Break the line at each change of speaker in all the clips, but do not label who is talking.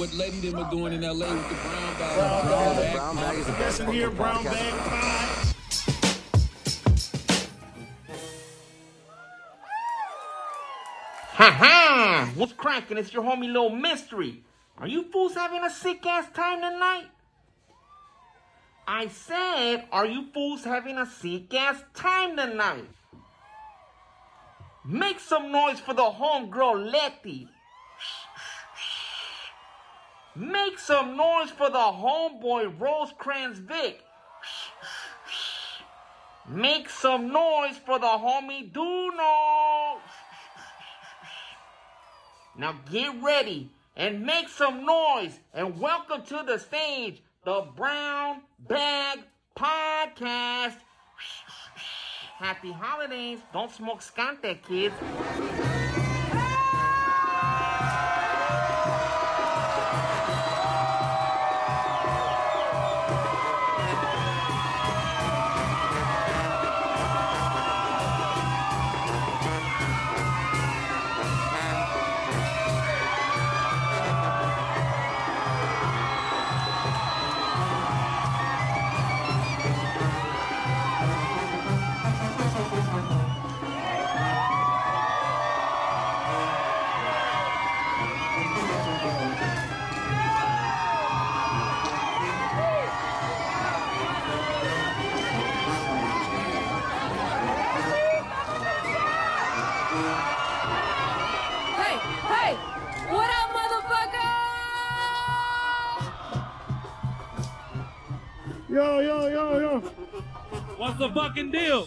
what Lady them were doing in LA with the brown bag.
Brown bag.
Brown bag is the best
Listen here,
fucking
brown
podcast.
bag pod.
Ha ha! What's cracking? It's your homie Little Mystery. Are you fools having a sick ass time tonight? I said, are you fools having a sick ass time tonight? Make some noise for the homegirl Letty. Make some noise for the homeboy Rosecrans Vic. Make some noise for the homie Duno. Now get ready and make some noise and welcome to the stage the Brown Bag Podcast. Happy holidays. Don't smoke skante, kids.
Hey, hey, what up, motherfucker?
Yo, yo, yo, yo.
What's the fucking deal?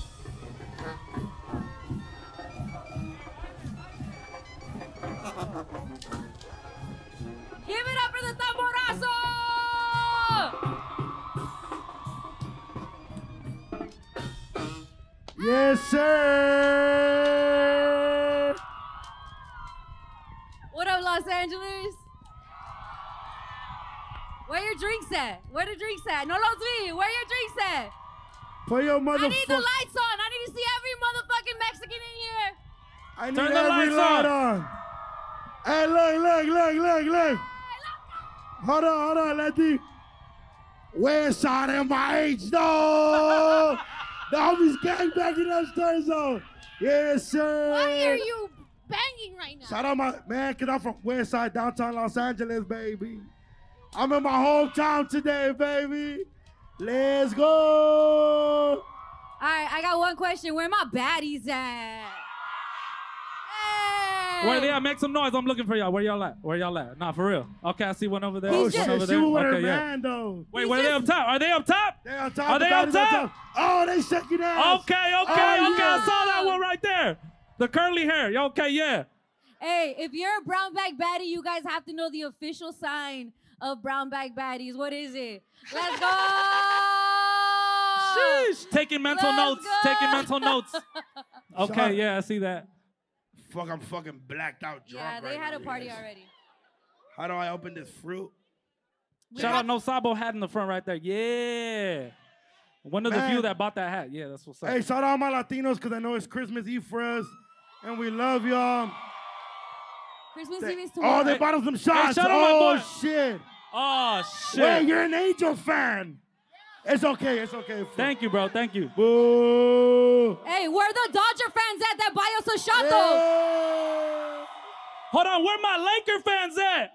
Give it up for the tamborazo!
Yes, sir.
What up, Los Angeles? Where your drinks at? Where the drinks at? No los vi. Where your drinks at?
Play your
I need the lights
motherfucker.
on. I need to see every motherfucking Mexican in here.
I need
Turn the
every light
lights on.
on. Hey, look, look, look, look, look. Hold on, hold on, Letty. West side of my age, no. the homies gangbanging upstairs, though. Yes, sir.
Why are you banging right now?
Shout out my man, cause I'm from West Side, downtown Los Angeles, baby. I'm in my hometown today, baby. Let's go.
All right, I got one question. Where my baddies at? Hey!
Where they at? Make some noise. I'm looking for y'all. Where y'all at? Where y'all at? Nah, for real. Okay, I see one over there.
He's
one
just-
over
she
there.
was Oh, with her
Okay, yeah.
man though.
Wait,
He's
were they up
just-
top? Are they up top?
They on top.
Are
the
they up
baddies on
top?
Oh, they shaking ass.
Okay, okay,
Oh,
okay.
yeah.
I saw that one right there. The curly hair. Yeah, Okay, yeah.
Hey, if you're a brown bag baddie, you guys have to know the official sign of brown bag baddies. What is it? Let's go!
Sheesh. Taking mental
Oh. Let's
notes.
go.
Taking mental notes.
Sorry.
Okay, yeah, I see that.
Fuck, I'm fucking blacked out drunk.
Yeah, they
right
had a
now,
party
yes.
already.
How do I open this fruit?
We
Shout
got-
out No Sabo hat in the front right there. Yeah. One of the
Man.
few that bought that hat. Yeah, that's what's up.
Hey, shout out my Latinos, because I know it's Christmas Eve for us, and we love y'all.
Christmas Eve
They,
is
oh,
tomorrow.
they bought us some shots.
shout out my
oh,
boy.
shit.
oh shit.
Wait, you're an Angel fan. It's okay. It's okay. fool.
Thank you, bro. Thank you.
Boo.
hey, where the Dodger fans at that buy us a shot, though?
Yeah.
Hold on, where my Laker fans at?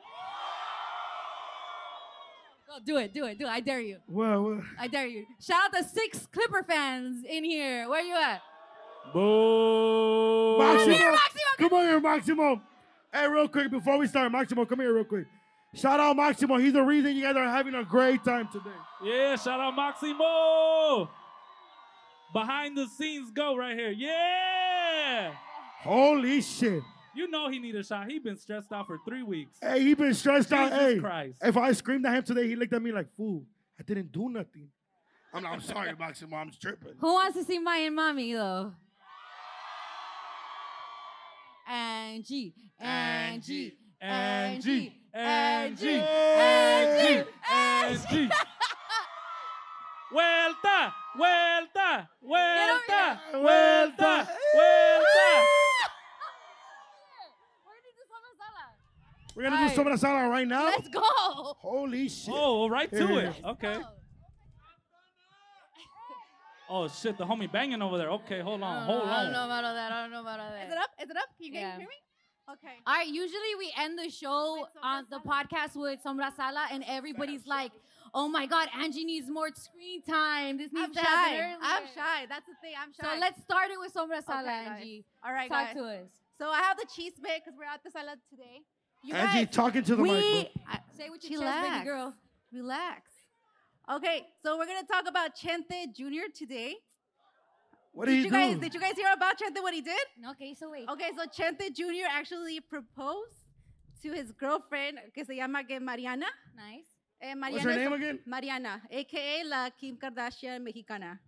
Go, do it, do it, do it. I dare you.
Well, well.
I dare you. Shout out the six Clipper fans in here. Where you at?
Boo.
Maximo,
here, Maximo,
Come on here, Maximo. Hey, real quick, before we start, Maximo, come here real quick. Shout out Maximo. He's the reason you guys are having a great time today.
Yeah, shout out Maximo. Behind the scenes go right here. Yeah.
Holy shit.
You know he need a shot. He been stressed out for three weeks.
Hey, he been stressed out.
Jesus
Hey,
Christ.
if I screamed at him today, he looked at me like, fool, I didn't do nothing. I'm like, I'm sorry, Maximo. I'm tripping.
Who wants to see my and mommy though? Angie, Angie,
Angie,
Angie,
Angie, Angie, Angie. Vuelta, vuelta, vuelta, vuelta, vuelta.
Where did this
We're gonna do
Alright.
some of the salad right now.
Let's go.
Holy shit!
Oh, well, right to
Here.
it. Okay. Oh shit, the homie banging over there. Okay, hold on,
I don't
Oh, hold
know- I don't know
on.
about all that. I don't know about all
Is
that.
it up? Is it up? Can you guys
Yeah.
hear me? Okay.
All right, usually we end the show
With Sombra
on the podcast with Sombra Sala, and everybody's like, oh my God, Angie needs more screen time. This needs
I'm
to happen
shy. I'm
earlier."
shy. That's the thing. I'm shy.
So let's start it with Sombra Sala,
guys.
Angie.
All right,
Talk
guys.
to us.
So I have the cheese bit because we're at the salad today. You
Angie
guys,
talking to the mic. bro.
we I-
Say what you chest, baby
Chillax.
girl.
relax. Okay, so we're gonna talk about Chente Junior today.
What do
Did
you
you
do?
guys? Did you guys hear about Chente? What he did?
No, okay, so wait.
Okay, so Chente Junior actually proposed to his girlfriend que se llama que Mariana.
Nice.
Eh,
What's
Mariana
her
is
name
a-
again?
Mariana, aka la Kim Kardashian Mexicana.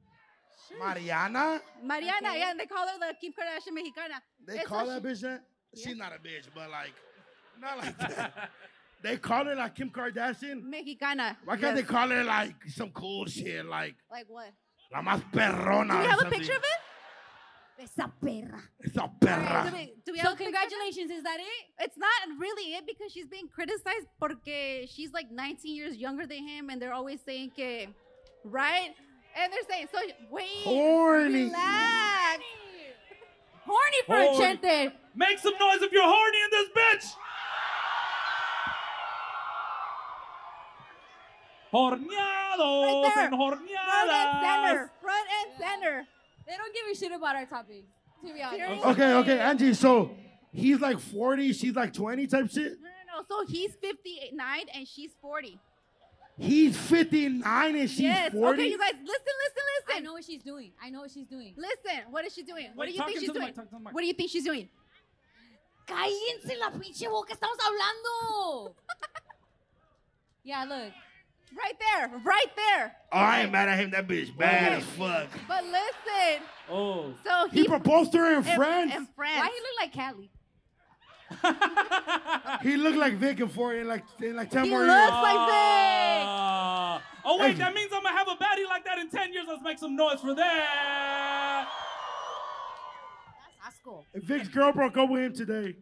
Mariana.
Mariana,
Okay.
yeah, they call her the Kim Kardashian Mexicana.
They
It's
call
a-
that bitch that. She's not a bitch, but like, not like that. they call it like Kim Kardashian.
Mexicana.
Why can't they
yes.
call it like some cool shit, like
Like what?
la más perrona?
Do we
or
have a
something?
picture of it?
Esa perra.
It's a
Alright,
perra.
do we, do we have
So
a picture of it?
congratulations, is that it?
It's not really it because she's being criticized porque she's like 19 years younger than him and they're always saying que, right? And they're saying, so wait,
Horny.
relax.
Horny for a
Horny.
Chente.
Make some noise if you're horny in this bitch.
Right
Horneados
there.
and
Front and
horneadas.
center, front and center.
They don't give a shit about our topic, to be honest.
Seriously?
Okay, okay, Angie. So he's like 40, she's like 20 type shit.
No, no, no. So he's 59 and she's 40.
He's 59 and she's
yes.
40.
Okay, you guys, listen, listen,
I
listen.
know what she's doing. I know what she's doing.
Listen, what is she doing? What do
Wait,
you
talk
think
into
she's
the mic,
doing?
talk into the mic.
What do you think she's doing?
Cállense la pinche boca, estamos hablando. yeah, look.
Right there, right there.
Oh, I ain't mad at him. That bitch bad as fuck.
But listen,
Oh.
so he,
He proposed to her in
and-
France.
and
Why
France.
he look like Cali?
he looked like Vic in four in like in like 10
He
more
looks
years.
like this.
Ah. oh wait,
Angie.
that means I'm gonna have a baddie like that in 10 years. Let's make some noise for that.
That's asco.
Vic's girl broke up with him today.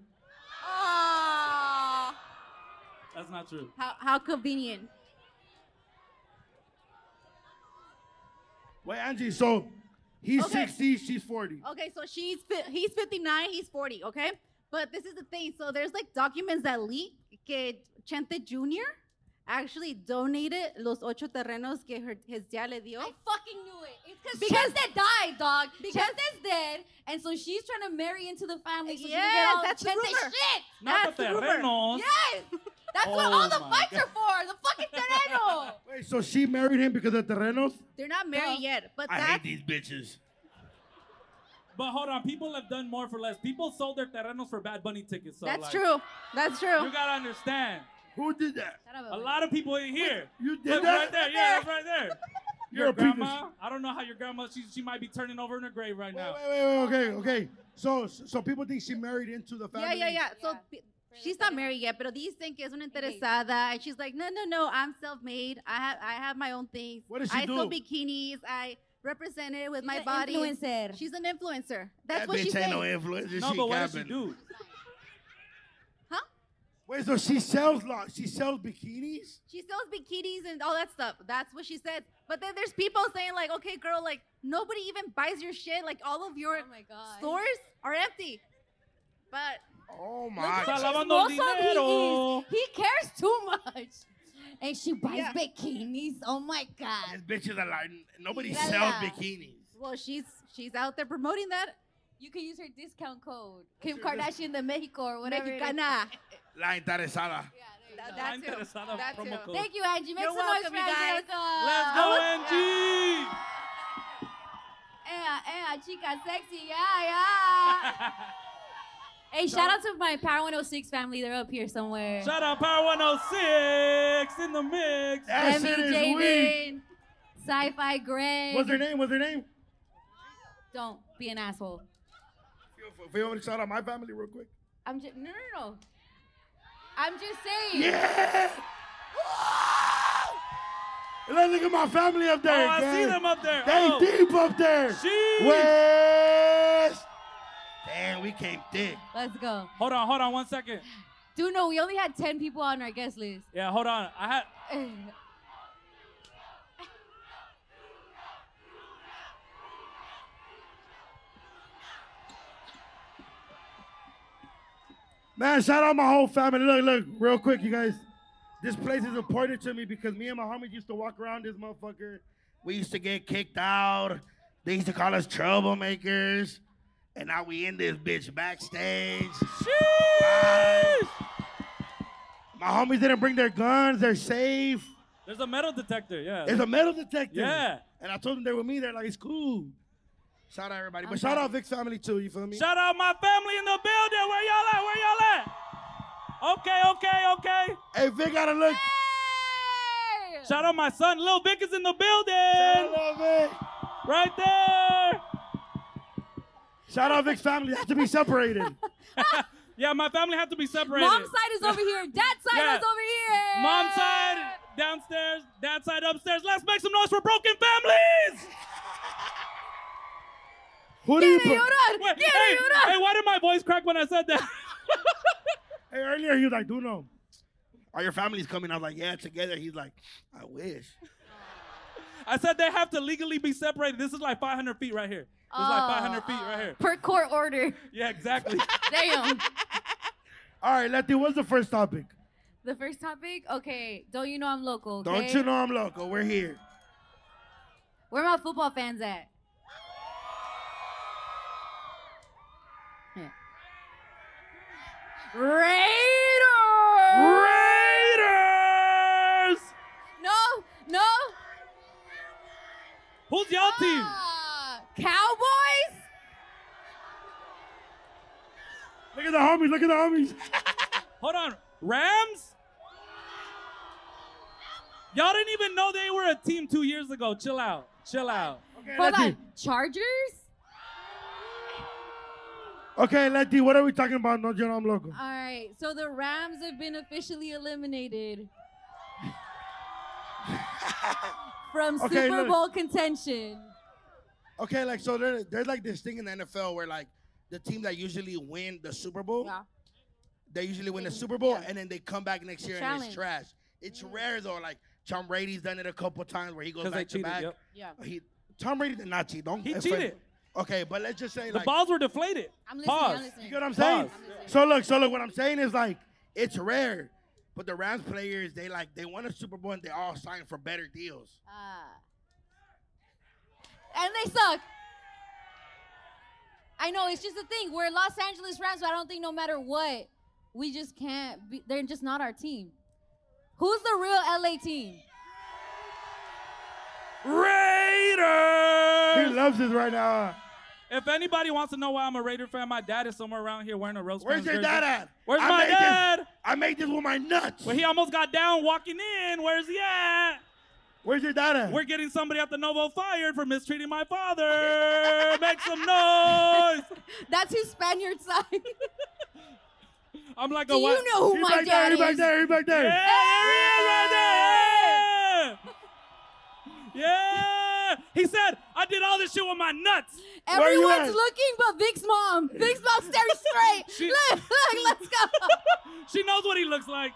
Aw.
That's not true.
How, how convenient.
Wait, Angie. So he's
Okay.
60, she's 40.
Okay, so she's fi- he's 59, he's 40, okay? But this is the thing. So there's like documents that leak que Chente Jr. actually donated los ocho terrenos que her, his dad le dio.
I fucking knew it. It's because
Because-
Chente died, dog.
Because-
Cheste's dead, and so she's trying to marry into the family. So she can
Yes,
get all
that's the
Chente
rumor.
shit.
Not the
That's the rumor.
terrenos.
Yes, that's what
Oh
all the
my
fights
God.
are for. The fucking terreno.
Wait, so she married him because of terrenos?
They're not married yet, but
I
that's
hate these bitches.
But hold on, people have done more for less. People sold their terrenos for Bad Bunny tickets. So
that's
like,
true. That's true.
You gotta understand.
Who did that?
A lot of people in here.
You did
Look,
that?
right there. Yeah, that's right there.
You're
Your
a piece of
grandma. I don't know how your grandma. She she might be turning over in her grave right
Wait,
now.
wait, wait, wait. Okay, okay. So so people think she married into the
Yeah,
family.
yeah, yeah. So
Yeah.
pe- she's not married yet, pero dicen que es una
Engaged.
interesada, and she's like, no, no, no, I'm self-made. I have, I have my own things.
What does she
I sell
do?
bikinis. I represent it with my
an
body.
influencer.
She's an influencer. That's what she's saying.
influence.
No, but what does she do?
Wait, so she sells like she sells bikinis?
She sells bikinis and all that stuff. That's what she said. But then there's people saying like, okay, girl, like nobody even buys your shit. Like all of your
Oh my god.
stores are empty. But
Oh
Look
Está
how
my!
lavando el
chismoso
dinero.
He, is. he cares too much. And she buys
Yeah.
bikinis. Oh my god.
bitches are like nobody
Yeah, sells yeah.
bikinis.
well, she's she's out there promoting that.
You can use her discount code. Kim
your dis-
Kardashian de Mexico or whatever. it is.
Mexicana.
La
Yeah, there
interesada.
you
That-
go.
that
I'm
too.
interesada
That
promo
too.
code.
Thank you, Angie. Make
You're
some noise
welcome,
for
you
Angelica.
guys.
Let's go, Angie.
Eh, eh, chica sexy. Yeah, yeah. hey, shout out to my Power 106 family. They're up here somewhere.
Shout out Power 106 in the mix.
That shit
E
Demi,
is weak.
Jaden, Sci-Fi Greg.
What's her name? What's her name?
Don't be an asshole.
If you want me to shout out my family real quick.
I'm just no, no, no. I'm just saying.
Yeah! Let's look at my family up there.
Oh, I see
gang.
them up there.
They
Oh.
deep up there.
Sheesh.
West. Damn, we came thick.
Let's go.
Hold on, hold on one second.
Dude, no, we only had 10 people on our guest list.
Yeah, hold on. I had
Man, shout out my whole family. Look, look, real quick, you guys. This place is important to me because me and my homies used to walk around this motherfucker. We used to get kicked out. They used to call us troublemakers. And now we in this bitch backstage. Live. My homies didn't bring their guns. They're safe.
there's a metal detector. Yeah.
There's a metal detector.
Yeah.
And I told them they were me. They're like, it's cool. Shout out everybody. But
I'm
shout
sorry.
out Vic's family too. You feel me?
Shout out my family in the building. Where y'all at? Where y'all at? Okay, okay, okay.
hey, Vic gotta look.
Shout out my son, Lil Vic is in the
Shout
building.
out, Vic.
Right there.
Shout out Vic's family. They have to be separated.
Yeah, my family had to be separated.
Mom's side is over here. Dad's side
Yeah.
is over here.
Mom's side downstairs, dad side upstairs. Let's make some noise for broken families.
Who do you
Quiere
put?
llorar. Quiere
Wait, hey, hey,
llorar.
why did my voice crack when I said that?
Hey, earlier he was like, Duno, are your families coming? I was like, yeah, together. He's like, I wish.
I said they have to legally be separated. This is like 500 feet right here. This is like
Ah.
500 feet right here.
Per court order.
Yeah, exactly.
Damn.
All right, Letty, what's the first topic?
the first topic. Okay. Don't you know I'm local? Okay?
Don't you know I'm local? We're here.
Where my football fans at? Yeah. Raiders.
Raiders!
No. No.
Who's y'all team?
Ah, Cowboys.
Look at the homies. Look at the homies.
Hold on. Rams? Y'all didn't even know they were a team two years ago. Chill out. Chill out.
Okay,
Hold
Letty.
on. Chargers.
Okay, Letty, what are we talking about? Don't you know I'm local?
All right. So the Rams have been officially eliminated from
Okay,
Super
look.
Bowl contention.
Okay, like, so there, there's like this thing in the NFL where, like, the team that usually win the Super Bowl, they usually win the Super Bowl and then they come back next year and
Challenge. Mm-hmm.
it's trash. It's rare, though. Like, Tom Brady's done it a couple times where he goes
Because they
back to
cheated.
back.
Yep.
Yeah.
He, Tom Brady did not cheat. Don't
He
if-
cheated.
Okay, but let's just say,
The
like,
balls were deflated.
I'm listening.
Pause.
I'm
You
listening.
get what I'm saying?
Pause.
So look, so look, what I'm saying is like it's rare, but the Rams players they like they won a Super Bowl and they all signed for better deals.
Ah. and they suck. I know it's just a thing. We're Los Angeles Rams, but I don't think no matter what, we just can't. Be, they're just not our team. Who's the real LA team?
He
Raiders!
loves this right now.
If anybody wants to know why I'm a Raider fan, my dad is somewhere around here wearing a Rose
Where's
Crown
your
jersey.
dad at?
Where's
I
my
made
dad?
This, I made this with my nuts.
Well, he almost got down walking in. Where's he at?
Where's your dad at?
We're getting somebody at the Novo fired for mistreating my father. Make some noise.
That's who Spaniards side. Do
I'm like a
you
what?
know who
He
my
back there,
dad
he back
is?
there, he back
Yeah,
there.
there he is right there. Yeah. He said, I did all this shit with my nuts.
Where you
Everyone's
at?
looking but Vic's mom. Vic's mom staring straight.
She-
look, look, let's go.
She knows what he looks like.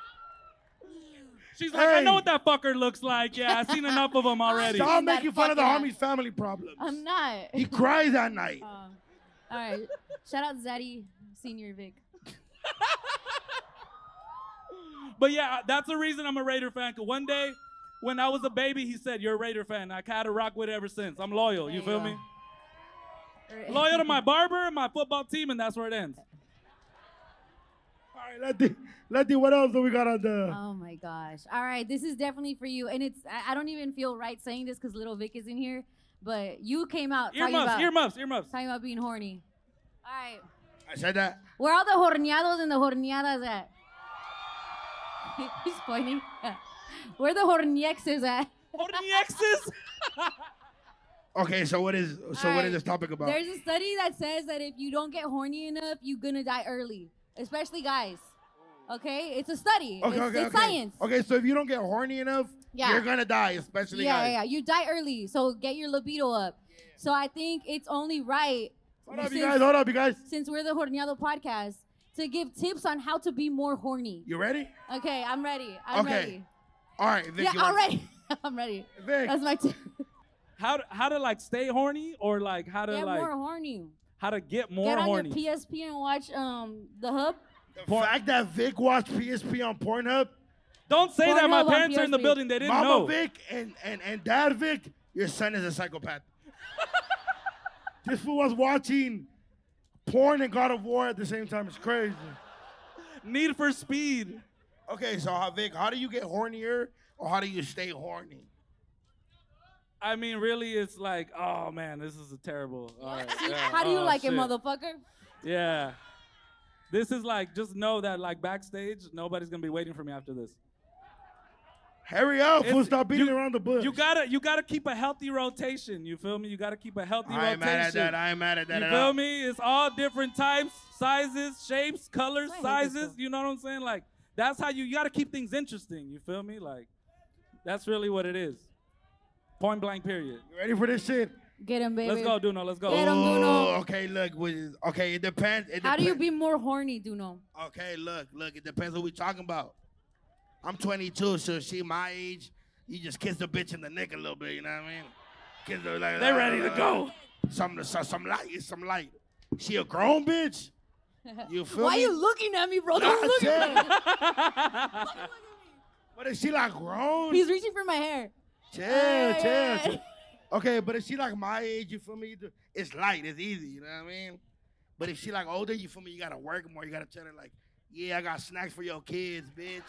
She's like, I
Hey.
know what that fucker looks like. Yeah, I've seen enough of him already.
Stop
That
making fun of the
fucking-
homie's family problems.
I'm not.
He cries at night.
Um, all right. Shout out Zaddy Senior Vic.
But yeah, that's the reason I'm a Raider fan. Cause one day, when I was a baby, he said, "You're a Raider fan." I kind of rock with it ever since. I'm loyal. You
There
feel
you
me?
All right.
Loyal to my barber, my football team, and that's where it ends.
All right, Letty, Letty, what else do we got on the?
Oh my gosh. All right, this is definitely for you. And it's I, I don't even feel right saying this because little Vic is in here, but you came out talking
Earmuffs,
about,
earmuffs, earmuffs.
talking about being horny. All right.
I said that.
Where are the horneados and the horneadas at? He's pointing. Where the horniexes at?
Holding the X's.
Okay, so what is so what
Alright.
is this topic about?
There's a study that says that if you don't get horny enough, you're gonna die early, especially guys. Okay, it's a study.
okay,
it's
okay,
it's
okay.
science.
Okay, so if you don't get horny enough,
Yeah.
you're gonna die, especially
Yeah,
guys.
yeah, yeah. You die early, so get your libido up. So I think it's only right
Hold up,
since,
you guys. Hold up, you guys.
since we're the Horneado podcast to give tips on how to be more horny.
You ready?
Okay, I'm ready. I'm
Okay.
ready.
All right, Vic.
Yeah,
you
all
want-
right. I'm ready.
Vic.
That's my tip.
How to, how to like stay horny or like how to
Get
like
more horny.
how to get more
Get on
horny.
your PSP and watch um the hub.
The fact that Vic watched PSP on Pornhub,
Don't say that. My
Pornhub on
parents are in the
PSP.
building. They didn't
Mama
know.
Vic and, and, and Dad Vic, your son is a psychopath. this fool was watching porn and God of War at the same time. It's crazy.
Need for Speed.
Okay, so how, Vic, how do you get hornier or how do you stay horny?
I mean, really, it's like, oh man, this is a terrible. all right, yeah,
How do you
oh,
like it,
shit.
motherfucker?
Yeah. This is like, just know that like backstage, nobody's gonna be waiting for me after this.
Hurry up, fool.
It's-
Stop beating
you-
around the bush.
You gotta, you gotta keep a healthy rotation. You feel me? You gotta keep a healthy
I ain't
rotation.
mad at that. I ain't mad at that
you
at
feel
all.
me? It's all different types, sizes, shapes, colors,
I hate this
sizes.
one.
You know what I'm saying? Like that's how you, you gotta keep things interesting. You feel me? Like that's really what it is. Point blank. Period.
You ready for this shit?
Get him, baby.
Let's go, Duno. Let's go.
Get 'em. don't do no-
Ooh, okay, look. we- Okay, it depends. It
How do you
depends.
be more horny, Duno?
Okay, look, look, it depends what we talking about. I'm 22, so she my age. You just kiss the bitch in the neck a little bit, you know what I mean? Kiss her like uh,
They ready to go.
Some, some, some light, it's some light. She a grown bitch. You feel
Why
me?
you looking at me, bro? Don't
God
look at me.
damn. But if she like grown,
He's reaching for my hair. Uh,
chill,
yeah,
chill,
yeah,
chill.
yeah.
Okay, but if she like my age, you feel me? It's light, it's easy, you know what I mean? But if she like older, you feel me? You gotta work more. You gotta tell her like, yeah, I got snacks for your kids, bitch.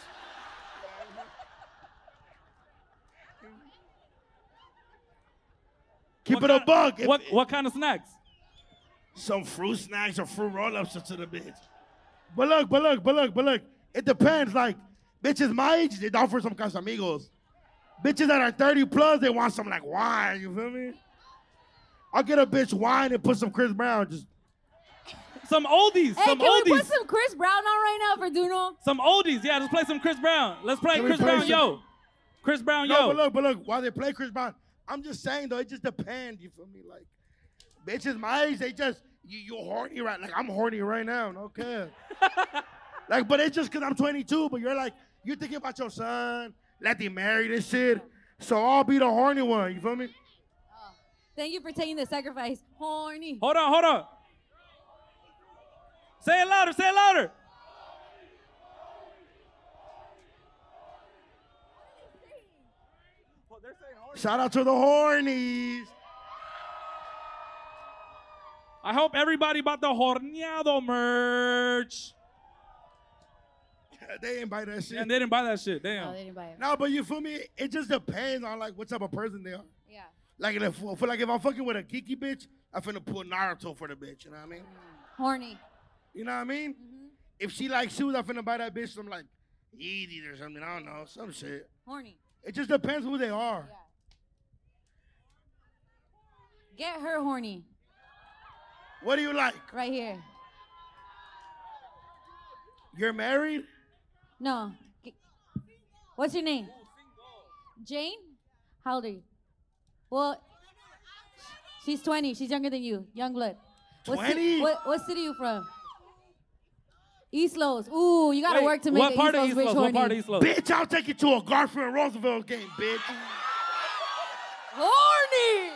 Keep
What
it a
kind-
buck. If-
What what kind of snacks?
some fruit snacks or fruit roll-ups to the bitch. But look, but look, but look, but look. It depends. Like, bitches my age, they offer some Casamigos. Bitches that are 30 plus, they want some like wine, you feel me? I'll get a bitch wine and put some Chris Brown. Just
Some oldies.
Hey,
some
can we
oldies.
put some Chris Brown on right now for Duno?
Some oldies, yeah. Let's play some Chris Brown. Let's play
Can we
Chris
play
Brown,
some-
yo. Chris Brown,
no,
yo.
but look, but look, while they play Chris Brown, I'm just saying though, it just depends, you feel me? Like, bitches my age, they just you you horny right like I'm horny right now, no care. like, but it's just cause I'm 22, but you're like, you thinking about your son, let him marry this shit. So I'll be the horny one, you feel me?
Thank you for taking the sacrifice. Horny.
Hold on, hold on. Say it louder. Say it louder.
Shout out to the hornies.
I hope everybody bought the horneado merch.
they ain't buy that shit.
And they didn't buy that shit.
Oh,
Damn.
they didn't buy it.
no, but you feel me? It just depends on like what type of person they are.
Yeah.
Like if, for like if I'm fucking with a geeky bitch, I'm finna pull Naruto for the bitch, you know what I mean?
Horny.
You know what I mean?
Mm-hmm.
If she likes shoes, I'm finna buy that bitch some like Yeezys or something. I don't know, some shit.
Horny.
It just depends who they are.
Yeah. Get her horny
What do you like?
right here.
You're married?
No. G- What's your name? Jane? How old are you? Well, she's 20. She's younger than you. Young blood. What, ci-
20?
what, what city you from? East Los. Ooh, you got to
Wait,
work to make
what
the
part of
East
East
Los bitch
Los? What part of
horny.
East Los?
Bitch, I'll take you to a Garfield and Roosevelt game, bitch.
Horny!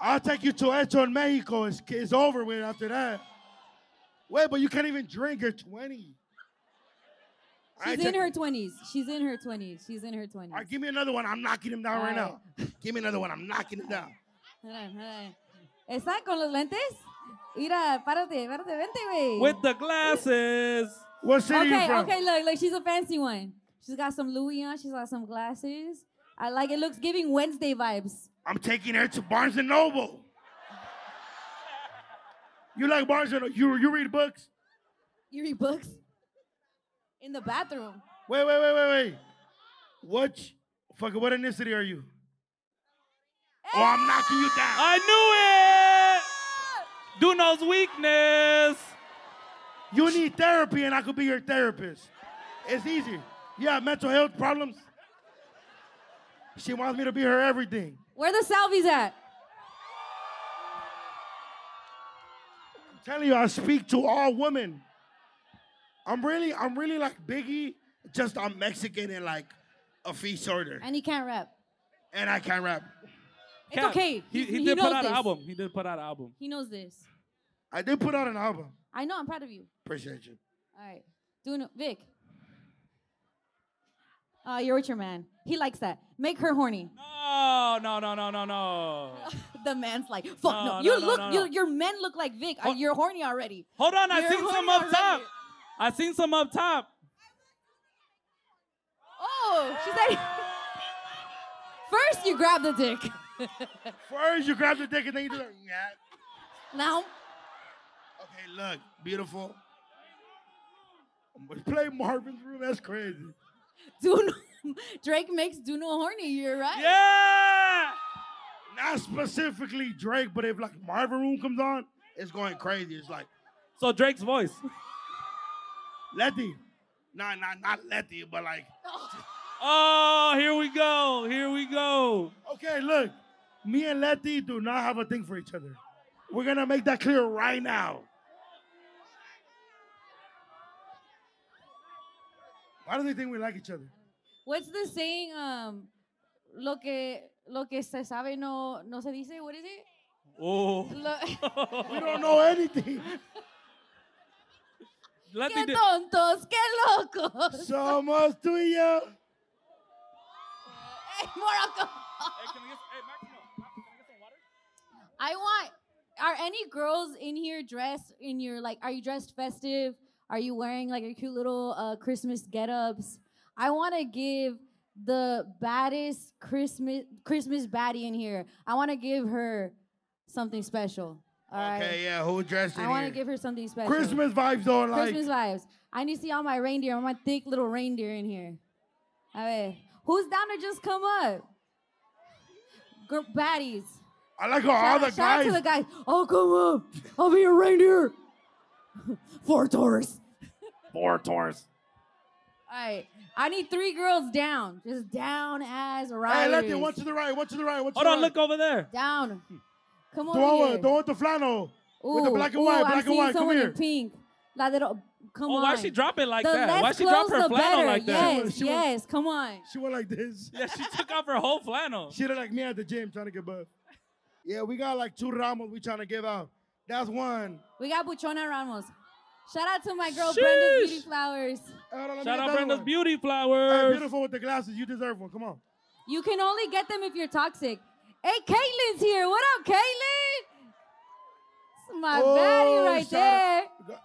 I'll take you to Echo in Mexico. It's, it's over with after that. Wait, but you can't even drink. You're 20. I
She's
take-
in her 20s. She's in her 20s. She's in her 20s.
All right, give me another one. I'm knocking him down
All
right
right.
now. Give me another one. I'm knocking him down.
Hold on, hold on. ¿Está con los lentes? Mira, párate, párate, vente, güey.
With the glasses.
What city you
okay,
from?
okay, look, look, she's a fancy one. She's got some Louis on, she's got some glasses. I like it looks giving Wednesday vibes.
I'm taking her to Barnes and Noble. You like Barnes and Noble? You, you read books?
You read books? In the bathroom.
Wait, wait, wait, wait, wait. What? Fuck, what ethnicity are you? Oh, I'm knocking you down.
I knew it. Duno's weakness.
You need therapy, and I could be your therapist. It's easy. You have mental health problems. She wants me to be her everything.
Where the Salvies at?
I'm telling you, I speak to all women. I'm really, I'm really like Biggie, just I'm Mexican and like a fee sorter.
And he can't rap.
And I can rap.
It's
Cap,
okay.
He, he,
he
did
knows
put out
this.
an album. He did put out an album.
He knows this.
I did put out an album.
I know. I'm proud of you.
Appreciate you.
All right. Doing it. Vic. Uh, you're with your man. He likes that. Make her horny.
No, Oh, no, no, no, no, no.
The man's like, fuck
No,
no.
no,
You
no,
look,
no, no.
You, your men look like Vic. Uh,
Hor-
you're horny already.
Hold on, I
You're
seen some
horny
up
already.
top. I seen some up top.
Oh, she said. First, you grab the dick.
First, you grab the dick and then you do that. Yeah.
now,
Okay, look, beautiful. I'm gonna play Marvin's Room. That's crazy.
do no, Drake makes do no horny. You're right.
Yeah.
Not specifically Drake, but if like Marvin Room comes on, it's going crazy. It's like
So Drake's voice.
Letty. Nah, nah, not Letty, but like,
Oh, here we go. Here we go.
okay, look, me and Letty do not have a thing for each other. We're gonna make that clear right now. Why do they think we like each other?
What's the saying? Um, lo que lo que se sabe no no se dice. What is it?
Oh.
Lo,
We don't know anything.
Let me
qué
do.
tontos, qué locos.
Somos tú y yo.
Hey, Morocco. I want. Are any girls in here dressed in your like? Are you dressed festive? Are you wearing like your cute little uh, Christmas get-ups? I want to give the baddest Christmas Christmas baddie in here. I want to give her something special. All right.
Okay, yeah, who dressed in
I want
here?
to give her something special.
Christmas vibes don't like.
Christmas vibes. I need to see all my reindeer, all my thick little reindeer in here. A ver. Who's down to just come up? Girl, baddies.
I like how all the
shout out
guys.
to the guys. I'll come up. I'll be a reindeer. Four Taurus.
Four Taurus.
All right. I need three girls down. Just down as riders.
Hey, Letty, one to the right, one to the right, one to
Hold
the
on,
right.
look over there.
Down. Come on.
Throw
here.
it, throw it to Flano. with the
Ooh,
black and
ooh,
white,
I'm
black and
seeing
white, come
someone in
here.
Pink. La de ro- come
Oh,
on.
why she drop it like
the
that?
less
Why she drop
clothes,
her
the
flannel
better.
like that?
yes,
She was-
yes. Come on.
She went like this.
Yeah, she took off her whole flannel.
She look like me at the gym trying to get buff. Yeah, we got like two ramos we trying to give out. That's one.
We got Buchona Ramos. Shout out to my girl Brenda's Beauty
Sheesh.
Flowers.
Shout out Brenda's beauty
Hey,
flowers.
beautiful with the glasses. You deserve one. Come on.
You can only get them if you're toxic. Hey, Caitlin's here. What up, Caitlin? It's my
Oh,
baddie right
shout
there.
out-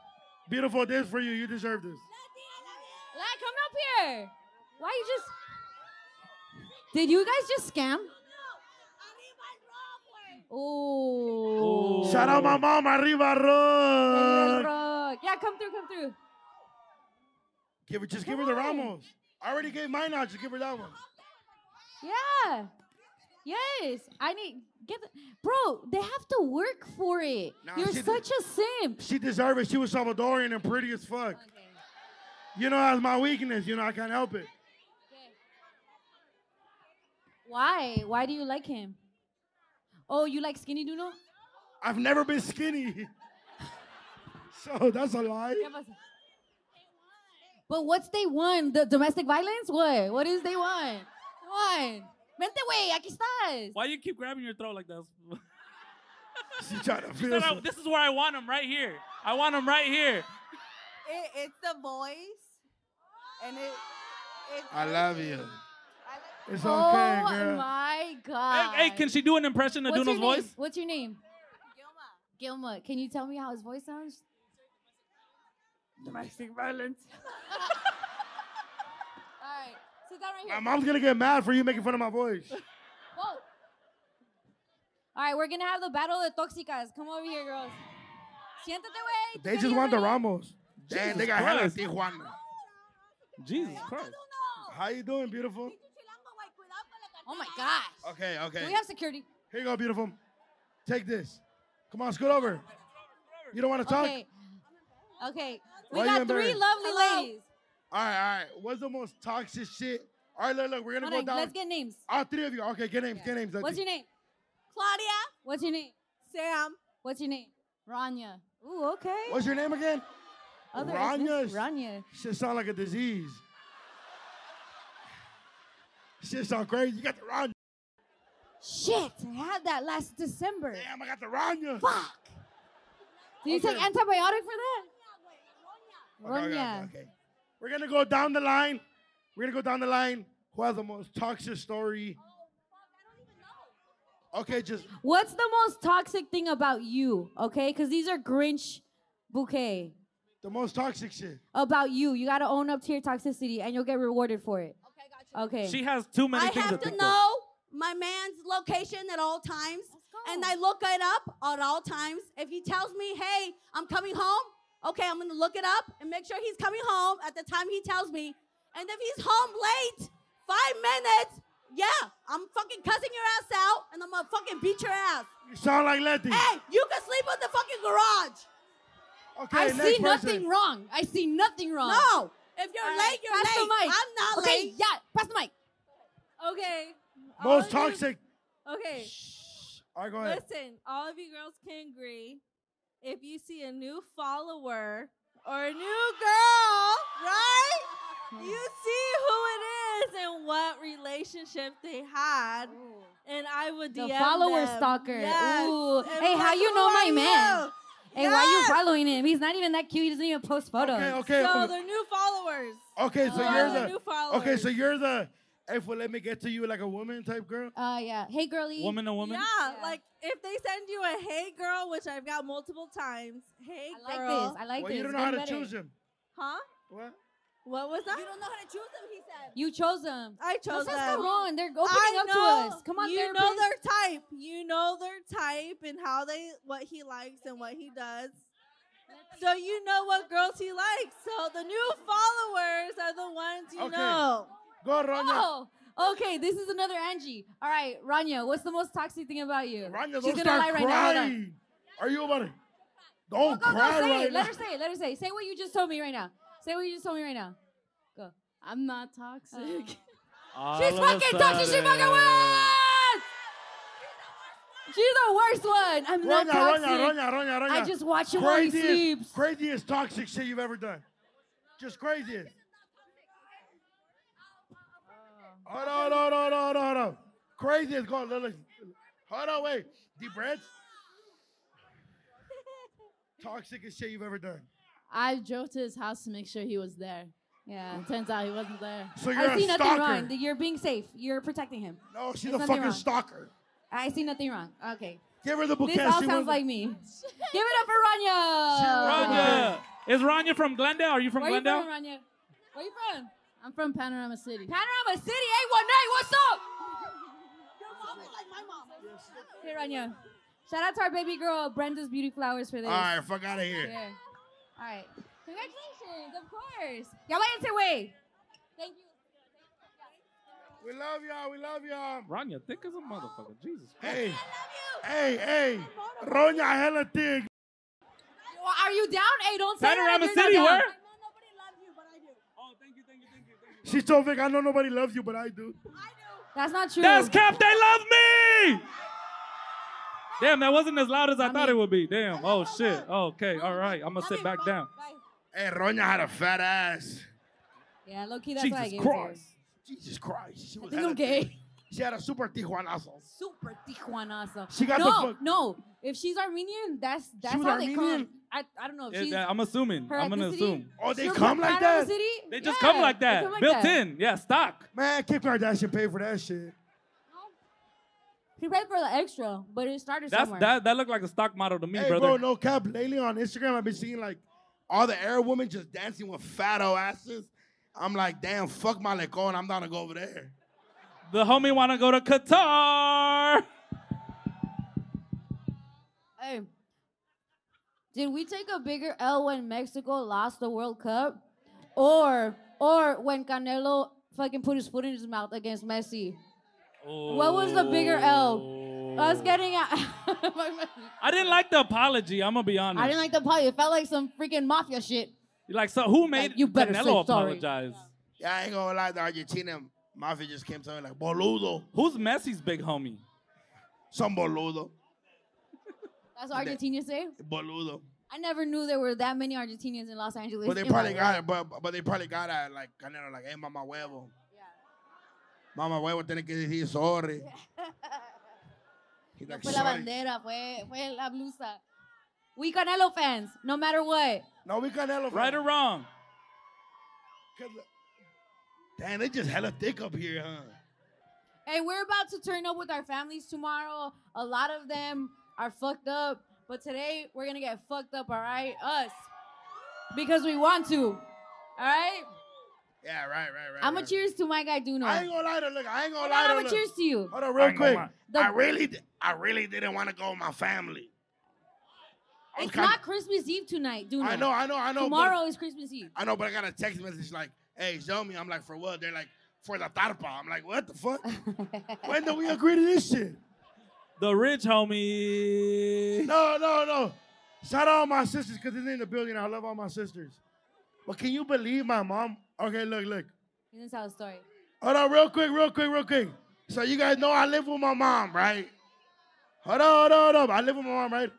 Beautiful, this for you. You deserve this.
Like, come up here. Why you just? Did you guys just scam? Oh.
Ooh.
Shout out my mom, Arriba Rock.
Yeah, come through, come through.
Give her, just give her the ramos. I already gave mine out. Just give her that one.
Yeah. Yes. I need get the, bro, they have to work for it.
Nah,
You're
she did-
such a simp.
She deserved it. She was Salvadorian and pretty as fuck. You know, that's my weakness. You know, I can't help it.
Why? Why do you like him? Oh, you like skinny Duno?
I've never been skinny. so that's a lie.
But what's day one? The domestic violence? What? What is day one? Come on. Vente, wey, aquí estás.
Why you keep grabbing your throat like that?
She trying to
She
feel
said, I-
some-
this is where I want him, right here. I want him right here.
It, it's the voice, and it. It's
I love you.
I like-
It's
oh
okay, girl.
my god.
Hey, hey, can she do an impression of
What's your
Duno's
name?
voice?
What's your name? Gilma. Gilma, can you tell me how his voice sounds?
Domestic violence.
All right. Sit down right
My
here.
mom's gonna get mad for you making fun of my voice.
Whoa. All right, we're gonna have the battle of the toxicas. Come over here, girls. Siéntate, wey.
They just want the
wrong.
Ramos. Damn, they
Jesus
got hella
Christ.
Tijuana.
Jesus Christ.
How you doing, beautiful?
Oh my gosh.
Okay,
Do
okay.
we have security?
Here you go, beautiful. Take this. Come on, scoot over. You don't want to talk?
Okay. Okay. We
Why you
got three
embarrassed?
lovely
Hello?
ladies.
All right, all right. What's the most toxic shit? All right, look, look. We're gonna
Hold
go
on,
down.
Let's get names.
All three of you. Okay, get names. Get names.
What's your name?
Claudia,
What's your name?
Sam,
What's your name? Rania. Ooh, okay.
What's your name again?
Other
Ranyas.
ethnic- Ranya.
Shit sound like a disease. Shit sound crazy. You got the Ranya.
Shit, I had that last December.
Damn, I got the Ranya.
Fuck. Did you take
Okay.
antibiotic for that?
Okay, okay, okay,
Ronya.
okay. We're gonna go down the line. We're gonna go down the line. Who has the most toxic story?
Oh,
Okay, just
What's the most toxic thing about you? Okay, because these are Grinch bouquet
the most toxic shit.
about you. You gotta own up to your toxicity, and you'll get rewarded for it.
Okay, gotcha.
Okay.
She has too many
I
things
have
to
to
think of.
know my man's location at all times. And I look it up at all times. If he tells me, hey, I'm coming home, okay, I'm gonna look it up and make sure he's coming home at the time he tells me. And if he's home late, five minutes, yeah, I'm fucking cussing your ass out and I'm gonna fucking beat your ass.
You sound like Letty.
Hey, you can sleep in the fucking garage.
Okay,
I
next
see
person.
nothing wrong. I see nothing wrong.
No, if you're
All right,
late, you're
pass the
late.
mic.
I'm not
okay,
late.
yeah. Pass the mic. Okay. all of
Most
you-
toxic.
Okay,
All right, go ahead.
listen, all of you girls can agree. If you see a new follower or a new girl, right? You see who it is and what relationship they had, and I would
The
DM
follower
them.
stalker.
Yes.
Ooh.
and
Hey,
be
how
like,
you
"Who
know my
are
man?"
you?"
Hey, why you
Yes!
following him? He's not even that cute. He doesn't even post photos.
Okay, okay,
So
okay.
they're new followers.
Okay, so
Oh,
They're
you're
all new
the.
followers.
Okay, so you're the. If well, let me get to you like a woman type girl.
Uh, yeah. Hey, girly.
Woman to woman.
Yeah,
Yeah.
like if they send you a hey girl, which I've got multiple times. Hey
I like
girl.
this. I like
well,
this.
you don't know
It's
how to
getting better.
choose him.
Huh?
What?
What was that?
You don't know how to choose them, he said.
You chose them.
I chose
That's
them.
come on. They're opening
I
up to us. Come on,
you
therapist.
know their type. You know their type and how they, what he likes and what he does. So you know what girls he likes. So the new followers are the ones you
Okay.
know.
Go, Ranya.
Oh, okay. This is another Angie. All right, Rania, what's the most toxic thing about you?
Ranya,
She's
don't
gonna
start
lie right now. Hold on.
crying. Are you about it? Don't
Go, go,
cry
say
right
it. Let
now.
her say it. Let her say it. Say what you just told me right now. Say what you just told me right now. Go. Oh.
I'm not toxic.
She's fucking toxic. She fucking wins. She's the worst one. I'm
Ranya,
not toxic.
Ranya, Ranya, Ranya, Ranya.
I just watch him while he sleeps.
craziest, craziest toxic shit you've ever done. Just craziest. Hold on, hold on, hold on, hold on, hold on. Craziest. Go, look, look. Hold on, wait. Deep breaths. Toxic as shit you've ever done.
I drove to his house to make sure he was there.
Yeah.
And turns out he wasn't there.
So you're
I see
a
nothing
stalker.
wrong. You're being safe. You're protecting him.
No, Oh, she's
There's
a
nothing
fucking
wrong.
stalker.
I see nothing wrong. Okay.
Give her the bouquet.
This all
she
sounds
wants-
like me. Give it up for Rania.
Ranya. Is Ranya from Glendale? Are you from
Where you
Glendale?
from, Rania? Where you from?
I'm from Panorama City.
Panorama City 819. What's up?
Your mom is like my mom.
Hey, Rania. Shout out to our baby girl, Brenda's Beauty Flowers, for this.
All right, fuck out of here.
Yeah. All right. Congratulations, of course. Y'all went your way. Thank you.
We love y'all. We love y'all.
Ranya, thick as a motherfucker. Jesus Christ.
Hey, hey, hey. Ronya hella thick.
Well, Are you down? Hey, don't say
Panorama
that if you're
City,
not down.
where?
I know nobody loves you, but I do.
Oh, thank you, thank you, thank you, thank you.
She told Vic, I know nobody loves you, but I do.
That's not true.
That's cap, they love me! Damn, that wasn't as loud as I, thought it would be. Damn. Oh shit. Okay, all right. I'm gonna sit back down.
Hey, Ronya had a fat ass.
yeah, low key, that's why I
Jesus
gave
Christ. Jesus Christ. She was
think I'm
hella
gay.
thick. She had a super tijuanazo.
Super Tijuanazo.
She got the
no,
fuck-
no. If she's Armenian, that's that's
was
how they come.
Armenian?
I, I don't know if
Yeah,
Oh, she's
that- I'm assuming.
her
I'm gonna
ethnicity?
assume.
Oh, they
She'll
come
from
like
Panorama
that?
City?
They just
Yeah,
come like
they
that.
come like
Built
that.
in. Yeah, stock.
Man, Kim Kardashian paid for that shit.
He paid for the extra, but it started
That's
somewhere.
that that looked like a stock model to me,
hey,
brother.
bro, no cap. Lately on Instagram, I've been seeing like all the Arab women just dancing with fat old asses. I'm like, damn, fuck my lecon. I'm not gonna go over there.
The homie wanna go to Qatar.
Hey, did we take a bigger L when Mexico lost the World Cup, or or when Canelo fucking put his foot in his mouth against Messi? What was the bigger L? Us getting out.
Oh. I didn't like the apology. I'm gonna be honest.
I didn't like the party. It felt like some freaking mafia shit.
Like so, who made
you better say
Canelo
sorry.
apologize?
Yeah, I ain't gonna lie. The Argentina mafia just came to me like, boludo.
Who's Messi's big homie?
Some boludo.
That's what Argentina say.
Boludo.
I never knew there were that many Argentinians in Los Angeles.
But they
in my
probably got
life.
it. But but they probably got it like kind of like, hey, mama huevo. Mama huevo tiene que decir sorry. He's like,
Fue la
sorry.
bandera, fue, fue la blusa. We Canelo fans, no matter what.
No, we Canelo.
Right or wrong?
Damn, they just hella thick up here, huh?
Hey, we're about to turn up with our families tomorrow. A lot of them are fucked up, but today we're gonna get fucked up, all right? Us. Because we want to, all right?
Yeah, right, right, right.
I'm
right.
gonna cheers to my guy Duno.
I ain't gonna lie to look. I ain't
Hold on,
gonna lie to
I'ma
look.
cheers to you.
Hold on, real
Ain't
quick.
gonna
I really, di- I really didn't want to go with my family. I was
It's
kinda-
not Christmas Eve tonight, Duno.
I know, I know, I know, but-
Tomorrow is Christmas Eve.
I know, but I got a text message like, "Hey, show me." I'm like, "For what?" They're like, "For the tarpa." I'm like, "What the fuck?" when do we agree to this shit?
The rich homie.
No, no, no. Shout out my sisters because it's in the building. I love all my sisters. But can you believe my mom? Okay, look, look.
You didn't tell a story.
Hold on, real quick, real quick, real quick. So you guys know I live with my mom, right? Hold on, hold on, hold on. I live with my mom, right?